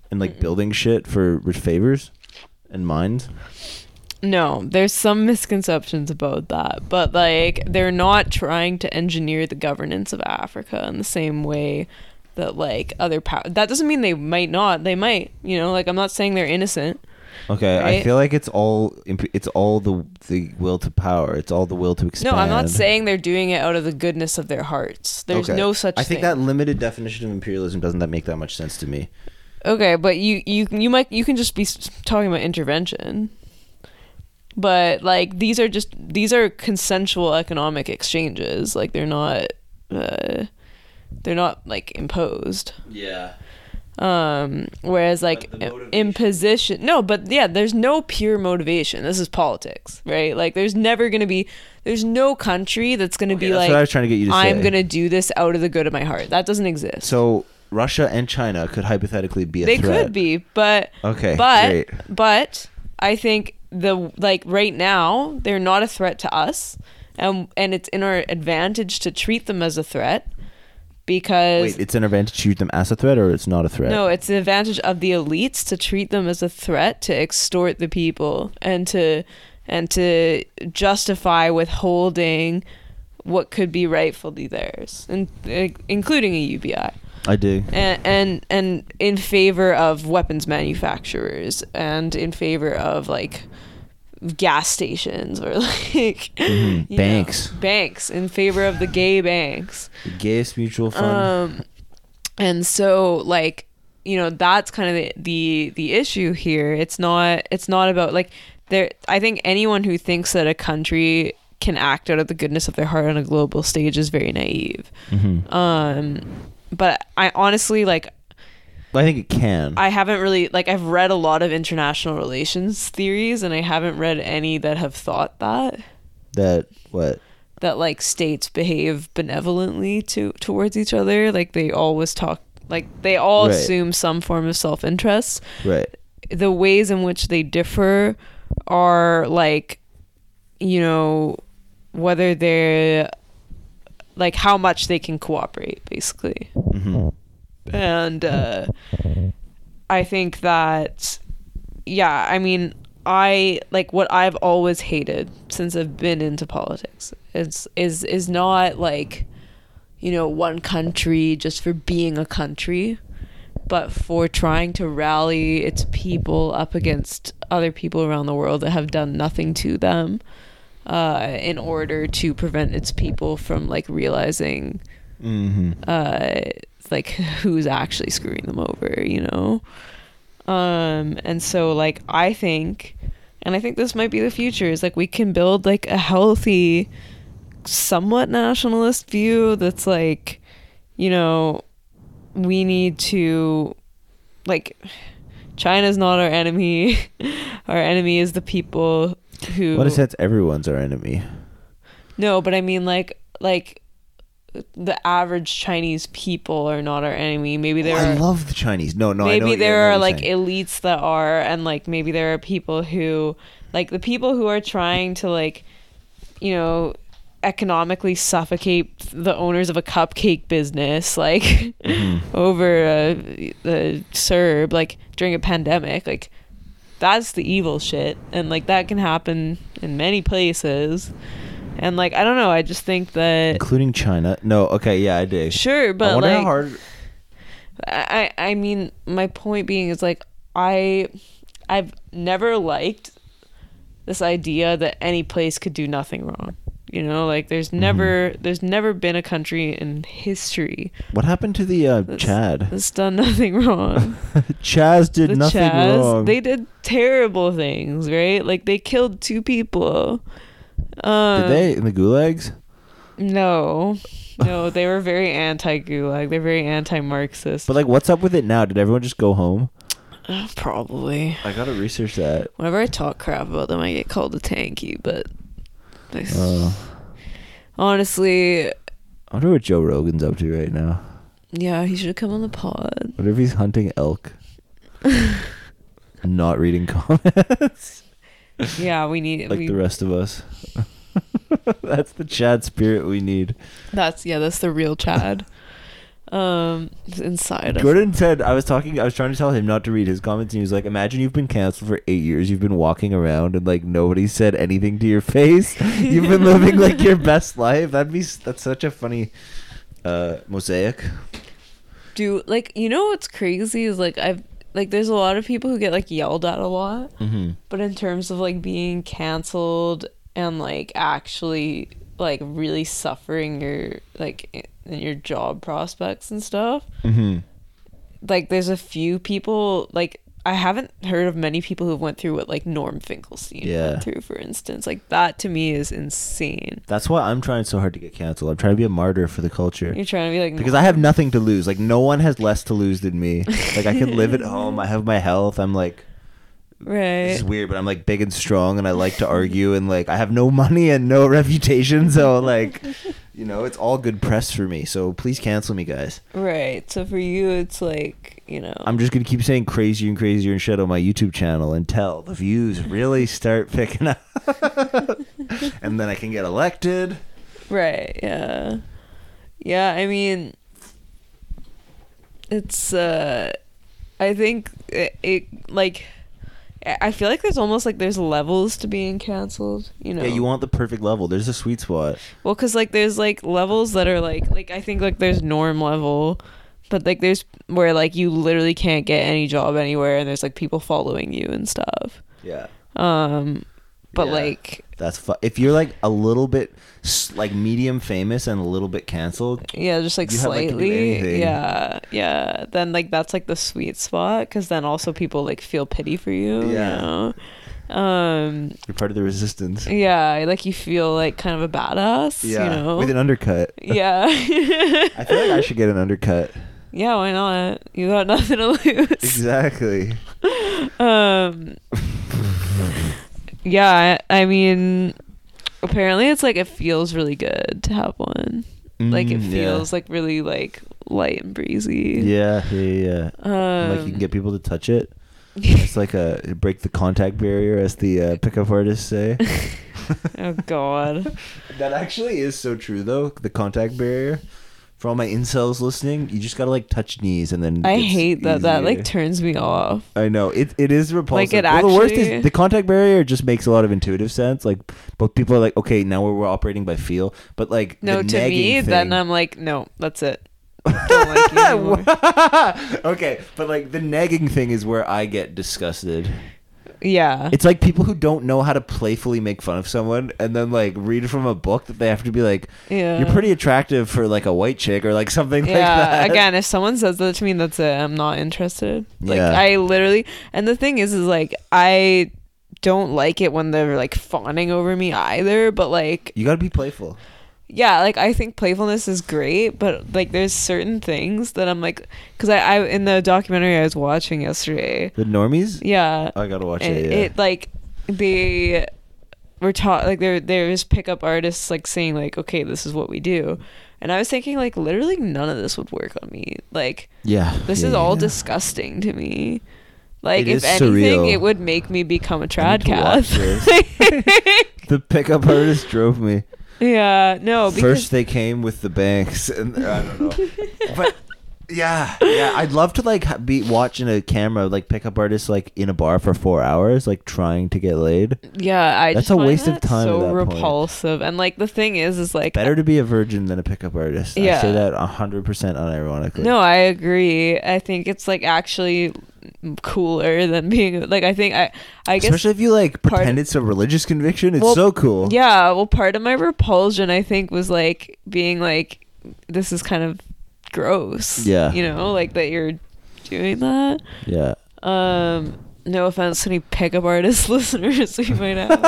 and like building shit for rich favors and mines?
No, there's some misconceptions about that, but like they're not trying to engineer the governance of Africa in the same way that like other power. That doesn't mean they might not. They might, you know. Like I'm not saying they're innocent.
Okay, I
Right.
feel like it's all imp- it's all the the will to power. It's all the will to
No,
expand.
I'm not saying they're doing it out of the goodness of their hearts. There's
Okay.
no such
I
thing.
think that limited definition of imperialism doesn't that make that much sense to me.
Okay, but you you you might you can just be s- talking about intervention. But like these are just these are consensual economic exchanges. Like they're not uh, they're not like imposed.
Yeah.
Um, whereas like imposition, no, but yeah, there's no pure motivation. This is politics, right? Like there's never gonna be, there's no country that's gonna be
that's
like,
what I was trying to get you to
I'm
say.
gonna do this out of the good of my heart. That doesn't exist.
So Russia and China could hypothetically be a
they
threat.
could be, but
Okay,
but
great.
but I think the like right now they're not a threat to us, and and it's in our advantage to treat them as a threat because
Wait, it's an advantage to shoot them as a threat, or it's not a threat.
No, it's the advantage of the elites to treat them as a threat to extort the people and to and to justify withholding what could be rightfully theirs, and uh, including a UBI,
I do.
and, and and in favor of weapons manufacturers and in favor of like gas stations or like you know,
Banks.
banks in favor of the gay banks.
The gayest mutual fund.
Um, and so like you know that's kind of the, the the issue here. It's not it's not about like there. I think anyone who thinks that a country can act out of the goodness of their heart on a global stage is very naive. Um, but I honestly like
I think it can.
I haven't really like I've read a lot of international relations theories and I haven't read any that have thought that
that what?
that like states behave benevolently to towards each other like they always talk like they all
Right.
assume some form of self-interest
Right.
the ways in which they differ are like you know whether they're like how much they can cooperate basically and uh i think that yeah i mean i like what i've always hated since i've been into politics is is is not like you know one country just for being a country but for trying to rally its people up against other people around the world that have done nothing to them uh, in order to prevent its people from like realizing uh, like who's actually screwing them over you know um and so like i think and i think this might be the future is like we can build like a healthy somewhat nationalist view that's like you know we need to like china's not our enemy our enemy is the people who
What if that's everyone's our enemy?
no, but I mean like like the average Chinese people are not our enemy. Maybe there
I
are
love the Chinese. No, no. I
maybe
know what you- I
there
know
are
what you're
like
saying.
elites that are and like maybe there are people who like the people who are trying to like you know economically suffocate the owners of a cupcake business like
Mm-hmm.
over a, a serb like during a pandemic like that's the evil shit and like that can happen in many places and like i don't know i just think that
including China. No. Okay. Yeah, I do.
sure
I
but
wonder how
like
hard.
I I I mean my point being is like I I've never liked this idea that any place could do nothing wrong. You know, like there's
Mm-hmm.
never there's never been a country in history
What happened to the uh, Chad?
that's done nothing wrong.
Chaz did
The
nothing
Chaz,
wrong.
they did terrible things, right? Like they killed two people. Um,
did they in the gulags?
No, no, they were very anti-gulag. They're very anti-Marxist.
But like, what's up with it now? Did everyone just go home?
Probably.
I gotta research that.
Whenever I talk crap about them, I get called a tanky, but I s-
Uh,
honestly,
I wonder what Joe Rogan's up to right now.
yeah, he should come on the pod.
What if he's hunting elk? Not reading comments
Yeah, we need
like
we,
the rest of us. That's the Chad spirit we need.
that's yeah, that's the real Chad. um it's inside of
Gordon said, I was talking, I was trying to tell him not to read his comments, and he was like, Imagine you've been canceled for eight years. You've been walking around, and like nobody said anything to your face. you've been living like your best life. That'd be, s- that's such a funny uh, mosaic.
do like you know what's crazy is like I've like there's a lot of people who get like yelled at a lot.
Mm-hmm.
But in terms of like being canceled and like actually like really suffering your like i- your job prospects and stuff,
Mm-hmm.
like there's a few people like I haven't heard of many people who have went through what like Norm Finkelstein
Yeah.
went through, for instance. Like that to me is insane.
That's why I'm trying so hard to get canceled. I'm trying to be a martyr for the culture.
You're trying to be like
because I have nothing to lose. Like no one has less to lose than me. Like I can live at home. I have my health. I'm like
right.
this is weird, but I'm like big and strong, and I like to argue, and like I have no money and no reputation, so like you know it's all good press for me. So please cancel me, guys.
Right. So for you, it's like you know.
I'm just gonna keep saying crazier and crazier and shit on my YouTube channel until the views really start picking up, and then I can get elected.
right. Yeah. Yeah. I mean, it's. uh I think it, it like. I I feel like there's almost like there's levels to being canceled. You know.
Yeah, you want the perfect level. There's a sweet spot.
Well, because like there's like levels that are like like I think like there's norm level, but like there's where like you literally can't get any job anywhere, and there's like people following you and stuff.
Yeah.
Um, but
Yeah.
like
That's fu- if you're like a little bit s- like medium famous and a little bit canceled.
yeah, just like
You have, like, to do
slightly,
anything.
yeah, yeah. Then like that's like the sweet spot, because then also people like feel pity for you.
Yeah.
You know? Um.
You're part of the resistance.
Yeah. Like you feel like kind of a badass. You know.
with an undercut.
yeah.
I feel like I should get an undercut.
yeah. Why not? You got nothing to lose.
Exactly.
Um. yeah, I, I mean, apparently it's like it feels really good to have one. Like it
Mm, yeah.
feels like really like light and breezy.
Yeah, yeah, yeah.
Um,
like you can get people to touch it. It's like a break the contact barrier, as the uh, pickup artists say.
oh God.
that actually is so true, though. The contact barrier. For all my incels listening, you just gotta like touch knees and then.
I
it's
hate that. That
easier.
like turns me off.
I know it. It is repulsive.
it
well, the worst
actually-
is the contact barrier just makes a lot of intuitive sense. Like, but people are like, okay, now we're, we're operating by feel. But like,
No,
the
to me,
nagging
then um,
thing-
I'm like, no, that's it. Don't like you anymore.
okay, but like the nagging thing is where I get disgusted.
yeah.
It's like people who don't know how to playfully make fun of someone and then like read from a book that they have to be like,
Yeah.
you're pretty attractive for like a white chick or like something like
yeah
that.
again if someone says that to me that's it i'm not interested like
Yeah.
i literally and the thing is is like i don't like it when they're like fawning over me either but like
you gotta be playful.
yeah like i think playfulness is great but like there's certain things that i'm like because I, I in the documentary i was watching yesterday
The normies.
yeah
I gotta watch
and
it. Yeah.
it like they were taught like there there's pickup artists like saying like okay this is what we do and i was thinking like literally none of this would work on me like
yeah.
this
yeah,
is all
yeah.
disgusting to me like
It
if
is
anything
surreal.
it would make me become a
I
trad
need to watch
cat
this. the pickup artist drove me.
yeah no Oh, because
First they came with the banks, and I don't know, but yeah, yeah, I'd love to like ha- be watching a camera like pickup artists like in a bar for four hours, like trying to get laid.
yeah i
That's
just
a
find
waste of
that
time at
so
that point.
repulsive and like the thing is is like
Better to be a virgin than a pickup artist. I
Yeah.
say that hundred percent unironically.
No, I agree. I think it's like actually cooler than being like I think I I guess
especially if you like
part-
pretend it's a religious conviction. It's
Well,
so cool.
yeah, well part of my repulsion I think was like being like this is kind of gross.
Yeah.
You know, like that you're doing that.
yeah.
Um no offense to any pickup artist listeners we might have.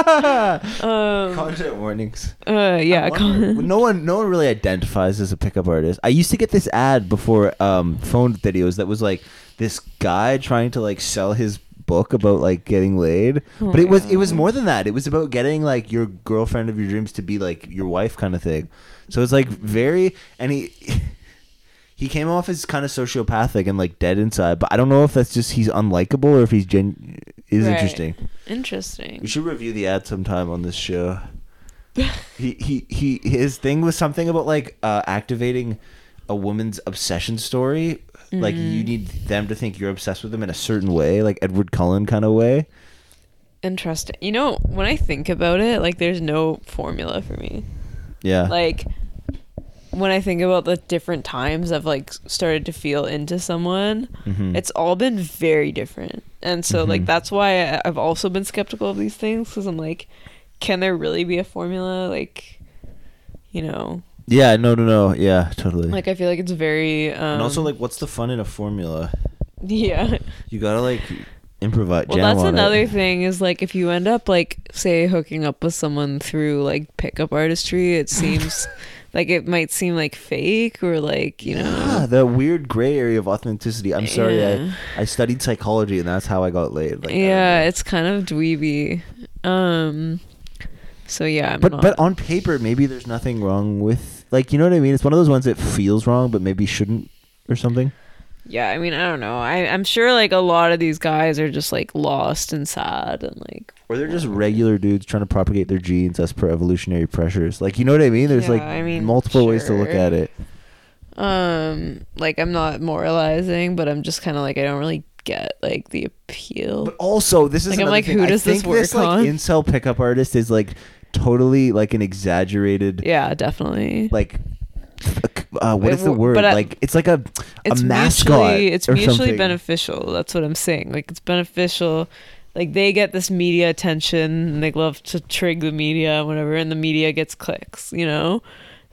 um
Content warnings.
uh, yeah,
Well,
con-
no one no one really identifies as a pickup artist. I used to get this ad before um, phone videos that was like this guy trying to like sell his book about like getting laid. but it was it was more than that. It was about getting like your girlfriend of your dreams to be like your wife kind of thing. So it's like very and he he came off as kind of sociopathic and like dead inside, but I don't know if that's just he's unlikable or if he's gen is
Right.
interesting. We
interesting.
should review the ad sometime on this show. he, he he his thing was something about like uh, activating a woman's obsession story. Like
Mm-hmm.
you need them to think you're obsessed with them in a certain way, like Edward Cullen kind of way.
Interesting. You know, when I think about it, like there's no formula for me.
Yeah.
like when I think about the different times I've like started to feel into someone, it's all been very different. And so like that's why I- I've also been skeptical of these things because I'm like, can there really be a formula? Like, you know,
yeah. No. No. No. Yeah. Totally.
like I feel like it's very um,
and also like, what's the fun in a formula?
yeah,
You gotta like improvise.
Well,
jam
that's
on it.
another thing is like if you end up like say hooking up with someone through like pickup artistry, it seems like it might seem like fake or like you know.
Ah, the weird gray area of authenticity. I'm sorry,
Yeah.
I, I studied psychology and that's how I got laid. Like, I don't
yeah,
know.
it's kind of dweeby. Um, so yeah, I'm
but
not-
but on paper, maybe there's nothing wrong with like you know what I mean. It's one of those ones that feels wrong, but maybe shouldn't or something.
yeah, I mean, I don't know. I I'm sure like a lot of these guys are just like lost and sad and like.
Or they're just regular dudes trying to propagate their genes as per evolutionary pressures. Like you know what I mean? There's
Yeah,
like
I mean,
multiple ways to look
sure.
at it.
Um, like I'm not moralizing, but I'm just kind of like I don't really get like the appeal.
But also, this is
Like, I'm
another
like,
thing.
who
I
does this
think this
work
like
on?
incel pickup artist is like totally like an exaggerated
yeah, definitely.
like uh, what
It
is the
wo-
word?
but I-
like it's like a
it's
a mascot.
mutually it's
or
mutually
something.
beneficial that's what i'm saying like it's beneficial like they get this media attention and they love to trig the media and whatever and the media gets clicks you know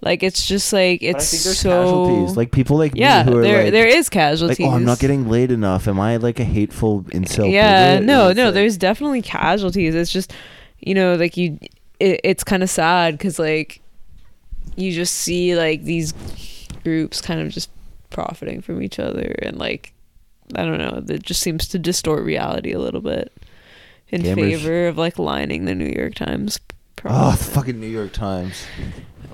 like it's just like it's
But I think there's
so
casualties. Like people like
yeah
me who are
there
like,
there is
like,
casualties
oh, I'm not getting laid enough. Am I like a hateful incel?
yeah
bigot?"
no
It's
no
like-
there's definitely casualties it's just you know like you it, it's kind of sad because like you just see like these groups kind of just profiting from each other and like i don't know that just seems to distort reality a little bit in
Gamers.
favor of like lining the new york times
oh,
profit.
the fucking New York Times.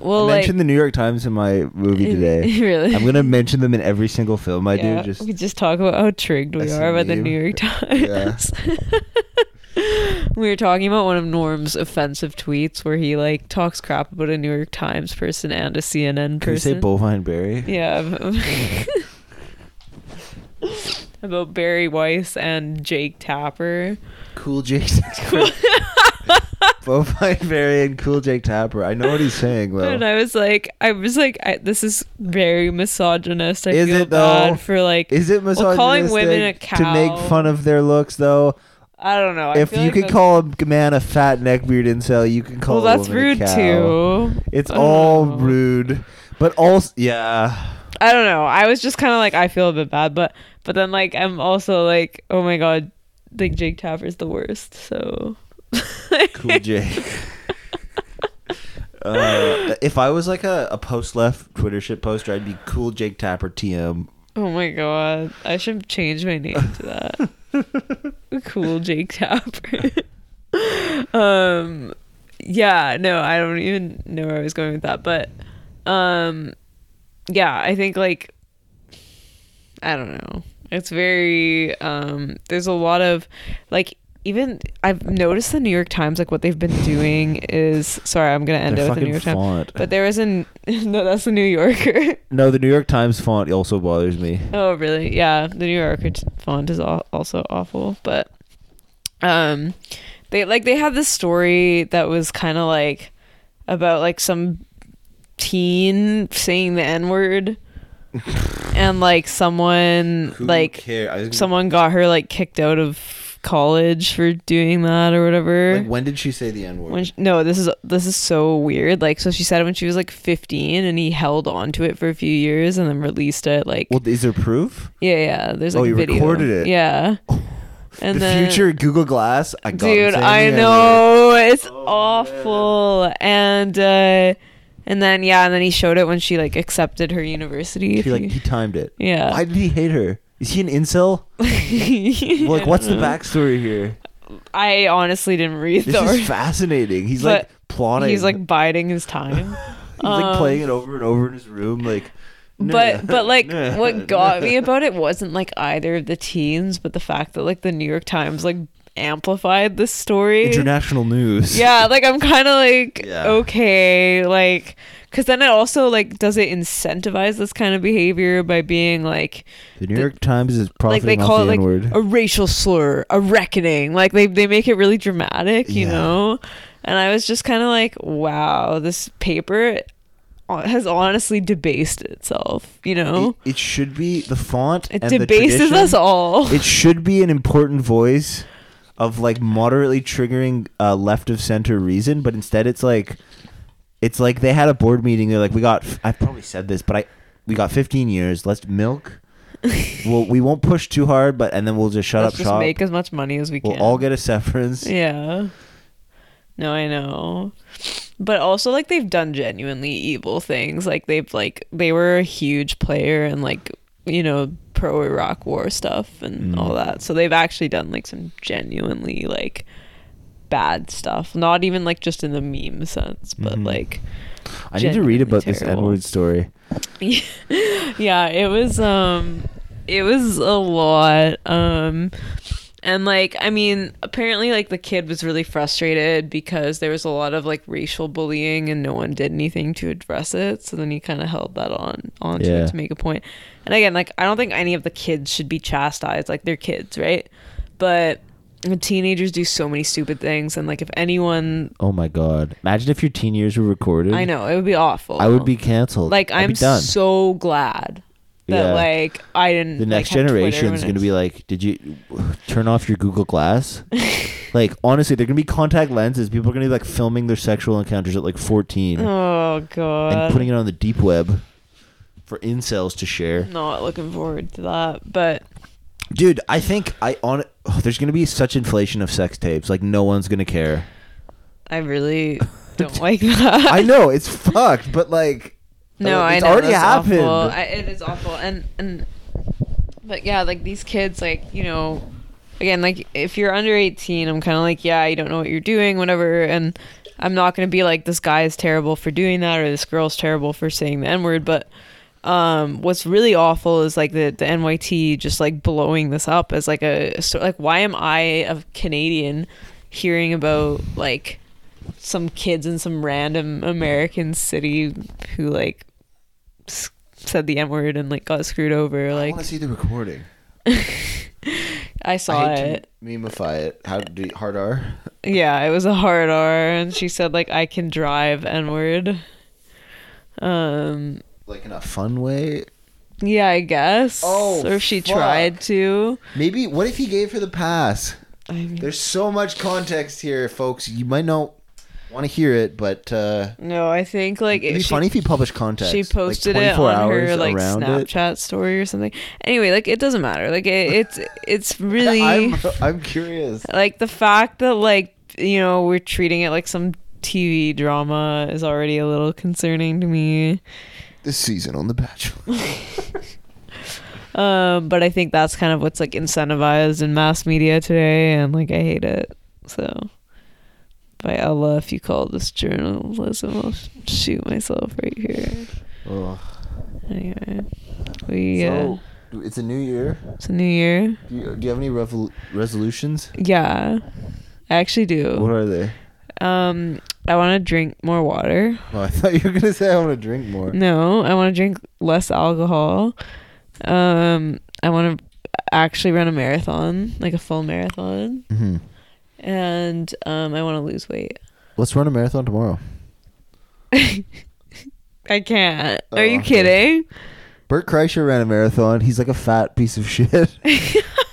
well
I mentioned
like
the New York Times in my movie today.
really
I'm gonna mention them in every single film I
yeah,
do. Just
we just talk about how trigged we
That's
are by the
lame.
New York Times. we were talking about one of Norm's offensive tweets where he like talks crap about a New York Times person and a CNN
can we say
person.
bovine berry?
yeah. about- about Barry Weiss and Jake Tapper.
Cool Jake Tapper. bovine berry and Cool Jake Tapper. I know what he's saying
And
though.
I was like, I was like, I, this is very misogynist. I
Is
feel
it, though?
bad for like,
Is it misogynistic
Well, calling women a
to
cow-
make fun of their looks though?
I don't know. I
if
feel
you
like
could
that's-
call a man a fat neckbeard incel, you can
well,
call.
that's
a woman
rude
a cow.
too.
It's
I don't
all
know.
rude, but also yeah.
I don't know. I was just kind of like, I feel a bit bad, but but then like I'm also like, oh my god, like Jake Tapper's the worst. So
Cool Jake. uh, if I was like a, a post left Twitter shit poster, I'd be Cool Jake Tapper TM.
oh my god, I should change my name to that. cool Jake Tapper. um, yeah, no, I don't even know where I was going with that, but um, yeah, I think like I don't know. It's very um there's a lot of like even I've noticed the New York Times like what they've been doing is sorry, I'm going to end
Their
it with the New
fucking
York
font.
Times. But there was an no, that's the New Yorker.
No, the New York Times font also bothers me.
oh, really? Yeah, the New Yorker t- font is al- also awful, but um they like they had this story that was kind of like about like some teen saying the n-word and like someone like
care? I was-
someone got her like kicked out of college for doing that or whatever.
like, when did she say the N
when
word?
she, no, this is this is so weird. Like, so she said it when she was like 15, and he held on to it for a few years, and then released it. Like,
Well, is there proof?
yeah, yeah. There's like
Oh, you
video.
recorded it.
Yeah. And
the
then-
future Google Glass. I got him
dude
saying
i
the N-word.
know it's awful and uh and then yeah and then he showed it when she like accepted her university
He like he timed it.
Yeah.
Why did he hate her? Is he an incel?
He-
Like, what's the backstory here?
i honestly didn't read
This
the
is fascinating. He's
But
like plotting.
he's like biding his time
he's like playing it over and over in his room. Like,
but but like
nah,
what got me about it wasn't like either of the teens but the fact that like the new york times like amplified this story
international news.
yeah like i'm kind of like
Yeah.
okay like because then it also like does it incentivize this kind of behavior by being like
The New York Times is profiting
like they call
off
it
the
like
N-word.
a racial slur a reckoning like they, they make it really dramatic you
Yeah.
know and i was just kind of like wow this paper hon- has honestly debased itself you know
it, it should be the font.
it
and the
debases
tradition.
us all
It should be an important voice of like moderately triggering uh, left of center reason, but instead it's like it's like they had a board meeting. They're like, we got. I probably said this, but I we got 15 years. Let's milk Well, we won't push too hard, but and then we'll just shut
Let's
up
just
shop.
make as much money as we
we'll
can.
all get a severance.
Yeah. No, I know. But also like they've done genuinely evil things. Like they've like they were a huge player in like, you know, pro Iraq war stuff and all that. So they've actually done like some genuinely like bad stuff. Not even like just in the meme sense, but like
I need to read
Genuinely
about this
terrible.
N-word story.
yeah it was um it was a lot um and like i mean apparently like the kid was really frustrated because there was a lot of like racial bullying and no one did anything to address it so then he kind of held that on onto
Yeah.
it to make a point and again like i don't think any of the kids should be chastised like they're kids right but teenagers do so many stupid things and like if anyone
Oh my god! Imagine if your teen years were recorded.
i know it would be awful
I would be canceled.
like
I'd
I'm
be done.
so glad that
Yeah.
like I didn't.
the next generation is going to be like, did you turn off your Google Glass? like honestly, they're going to be contact lenses. People are going to be like filming their sexual encounters at like 14
oh
and
god,
putting it on the deep web for incels to share.
not looking forward to that. But
Dude, I think I on oh, there's going to be such inflation of sex tapes. Like no one's going to care.
I really don't like that.
I know it's fucked, but like
no,
uh,
I
it's
know,
already
that's
happened.
Awful. I, it is awful, and and but yeah, like these kids, like you know, again, like if you're under 18, I'm kind of like, yeah, you don't know what you're doing, whatever, and I'm not gonna be like this guy is terrible for doing that or this girl's terrible for saying the n word, but um what's really awful is like the the NYT just like blowing this up as like a so like why am I a Canadian hearing about like some kids in some random American city who like s- said the n word and like got screwed over like
want to see the recording.
I saw
I
it
hate to memify it. How do you, hard R?
Yeah, it was a hard R, and she said like I can drive N word. Um,
Like in a fun way.
yeah, I guess.
Oh,
or if she
fuck.
tried to.
Maybe. What if he gave her the pass?
I
There's so much context here, folks. You might not want to hear it, but uh,
no, I think like
it'd
if
be
she,
funny if he published context.
she
like,
posted it
24
on her
hours
like
around it.
Snapchat story or something. Anyway, like it doesn't matter. Like it, it's it's really
I'm, I'm curious.
like the fact that like you know we're treating it like some TV drama is already a little concerning to me.
This season on The Bachelor.
Um, but I think that's kind of what's like incentivized in mass media today, and like I hate it. So, by Allah, if you call this journalism, I'll sh- shoot myself right here.
Ugh.
Anyway, we uh,
So it's a new year.
it's a new year.
Do you, do you have any revol- resolutions?
Yeah, I actually
What
do.
are they?
Um, I want to drink more water.
Oh, I thought you were gonna say I want to drink more.
No, I want to drink less alcohol. Um, I want to actually run a marathon, like a full marathon,
Mm-hmm.
Mhm.
and um, I want to lose weight.
Let's run a marathon tomorrow.
I can't.
Oh,
Are you
okay.
kidding?
Bert Kreischer ran a marathon. He's like a fat piece of shit.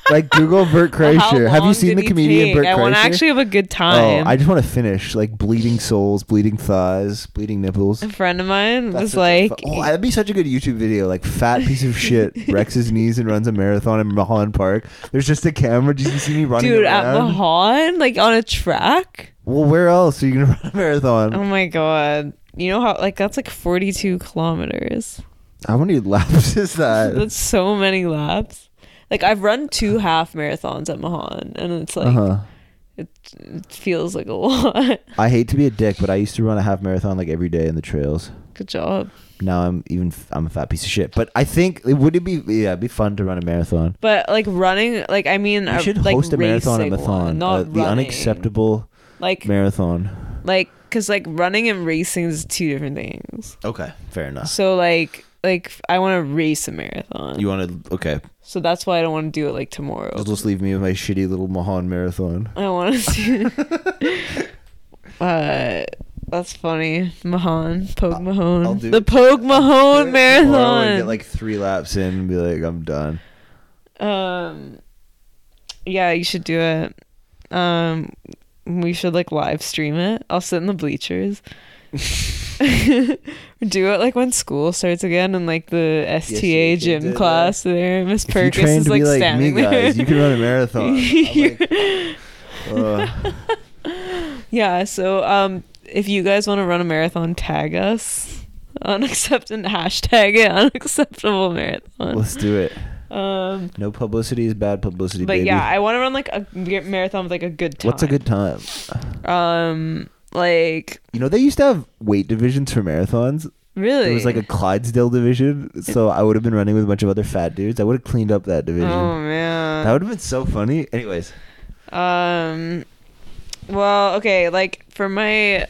like Google Bert
How
Kreischer. Have you
long
seen
did
the
he
comedian
take?
Bert
I want
Kreischer?
to actually have a good
oh,
time.
I just want to finish. Like bleeding souls, bleeding thighs, bleeding nipples.
a friend of mine
That's
was
such a
like,
fu- oh, that'd be such a good YouTube video. Like fat piece of shit wrecks his knees and runs a marathon in Mahan Park. There's just a camera. Do you see me running
dude, at
around?
Mahan, like on a track.
well, where else are you gonna run a marathon?
Oh my god. You know how like that's like 42 kilometers.
How many laps is that?
That's so many laps. Like I've run two half marathons at Mahan, and it's like
uh-huh.
it, it feels like a lot.
I hate to be a dick, but I used to run a half marathon like every day in the trails.
good job.
Now I'm even f- I'm a fat piece of shit. But I think it would it be yeah, it'd be fun to run a marathon.
But like running, like I mean,
We
uh,
should
like,
host a marathon and
racing one,
marathon.
not
the
running.
unacceptable
Like
marathon.
like because like running and racing is two different things
Okay, fair enough.
so like like i want to race a marathon
You want to okay?
so that's why i don't want to do it like tomorrow
You'll just leave me with my shitty little Mahan marathon.
i want to do uh that's funny mahon pogue mahone
I'll do
the
it.
pogue mahone
Tomorrow and
marathon
Get like three laps in and be like, I'm done.
um yeah you should do it um we should like live stream it i'll sit in the bleachers Do it like when school starts again and like the STA
you can do
gym
that.
class there. Miss
If you
Perkins
train
is
to
like,
be like me,
standing there.
guys, you can run a marathon. I'm like, ugh.
yeah, so um if you guys want to run a marathon, tag us. Unacceptable hashtag it unacceptable marathon.
uh, let's do it.
Um
No publicity is bad publicity,
but
baby.
yeah, I want to run like a g- marathon with like a good time.
What's a good time?
um like
You know, they used to have weight divisions for marathons.
really?
There was like a Clydesdale division, so I would have been running with a bunch of other fat dudes. I would have cleaned up that division.
Oh man.
That would have been so funny. Anyways,
Um, well, okay, like for my,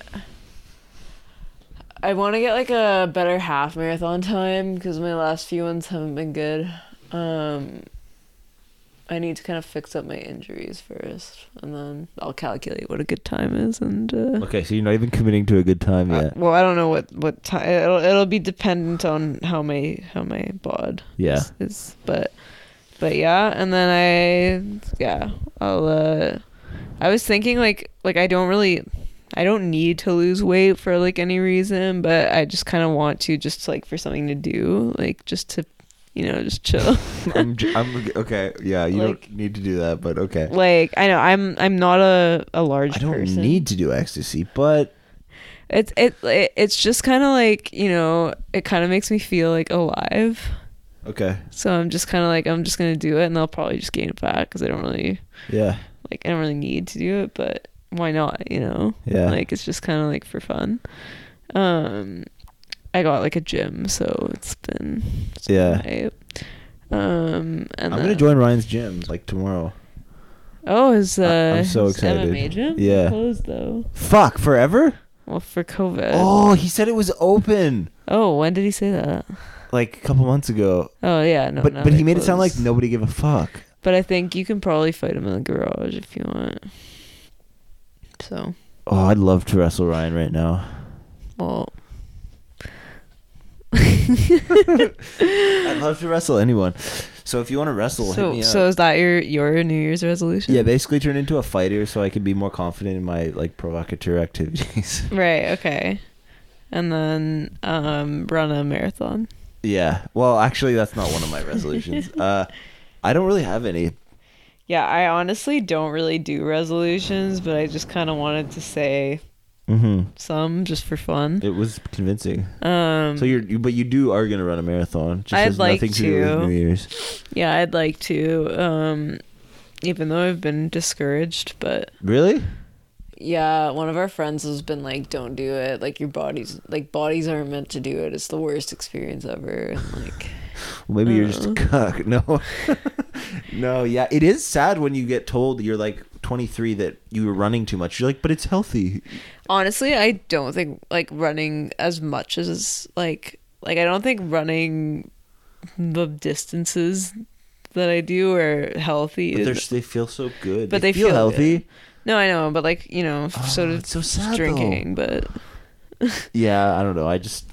I want to get like a better half marathon time because my last few ones haven't been good. Um, I need to kind of fix up my injuries first, and then I'll calculate what a good time is. And uh,
okay, so you're not even committing to a good time
uh,
yet.
well, I don't know what what time it'll it'll be dependent on how my how my bod
Yeah.
is, is- but but yeah and then i yeah i'll uh i was thinking like like i don't really i don't need to lose weight for like any reason but i just kind of want to just like for something to do like just to you know just chill
I'm, j- I'm okay. Yeah, you
Like-
don't need to do that, but okay.
like i know i'm i'm not a a large
I don't
person
need to do ecstasy, but
it's it, it it's just kind of like you know it kind of makes me feel like alive
okay,
so i'm just kind of like i'm just gonna do it and i'll probably just gain it back because i don't really
yeah,
like I don't really need to do it, but why not, you know?
Yeah.
Like it's just kind of like for fun. Um I got like a gym, so it's been it's been
Yeah.
hype. Um and
I'm gonna
then-
join Ryan's gym like tomorrow.
Oh, is
I-
uh
I'm so
his
excited.
MMA gym?
Yeah.
Closed though.
Fuck forever.
Well, for COVID. Oh.
Oh, he said it was open
when did he say that?
like a couple months ago,
Oh yeah, no.
but
now
but he
they
made it sound like
closed.
nobody gave a fuck.
But I think you can probably fight him in the garage if you want. So,
Oh, I'd love to wrestle Ryan right now.
well,
I'd love to wrestle anyone. So if you want to wrestle, hit
so
me
so
up.
is that your your New Year's resolution?
Yeah, basically turn into a fighter so I can be more confident in my like provocateur activities.
Right, okay. And then um run a marathon.
yeah. Well, actually that's not one of my resolutions. Uh I don't really have any.
Yeah, I honestly don't really do resolutions, but I just kind of wanted to say
Mhm.
some just for fun.
It was convincing.
Um
So you're you, but you do are going to run a marathon. Just
I'd
has
like
nothing to. do
to.
with New Year's.
yeah, I'd like to um even though I've been discouraged, but
Really?
yeah, one of our friends has been like don't do it. Like your body's like bodies aren't meant to do it. It's the worst experience ever. And like
Well, maybe you're just a
Uh.
cuck. No. no, yeah. It is sad when you get told you're like 23 that you were running too much. You're like, "But it's healthy."
honestly i don't think like running as much as like like i don't think running the distances that i do are healthy
But they're, they feel so good.
But they
feel,
feel
healthy.
good. no i know but like you know so does
Oh, it's so sad,
drinking but
Yeah, I don't know. I just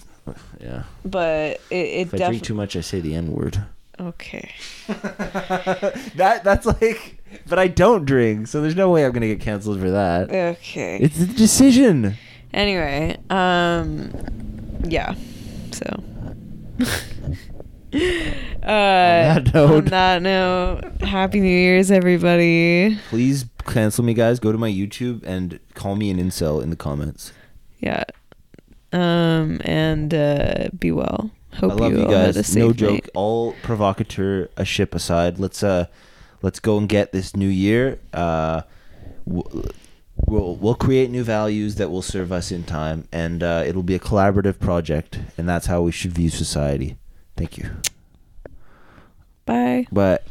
yeah.
but it, it
If I drink
definitely
too much, I say the N word.
okay
That that's like, but I don't drink, so there's no way I'm gonna get canceled for that.
okay
It's a decision.
anyway um yeah so uh on
that note.
on that note happy new year's everybody
Please cancel me, guys. Go to my YouTube and call me an incel in the comments.
yeah um and uh be well hope
I love you,
all had a
guys.
safe
No joke.
night.
All provocateur a ship aside. Let's uh, let's go and get this new year. Uh, w- we'll we'll create new values that will serve us in time, and uh, it'll be a collaborative project, and that's how we should view society. Thank you.
bye
But.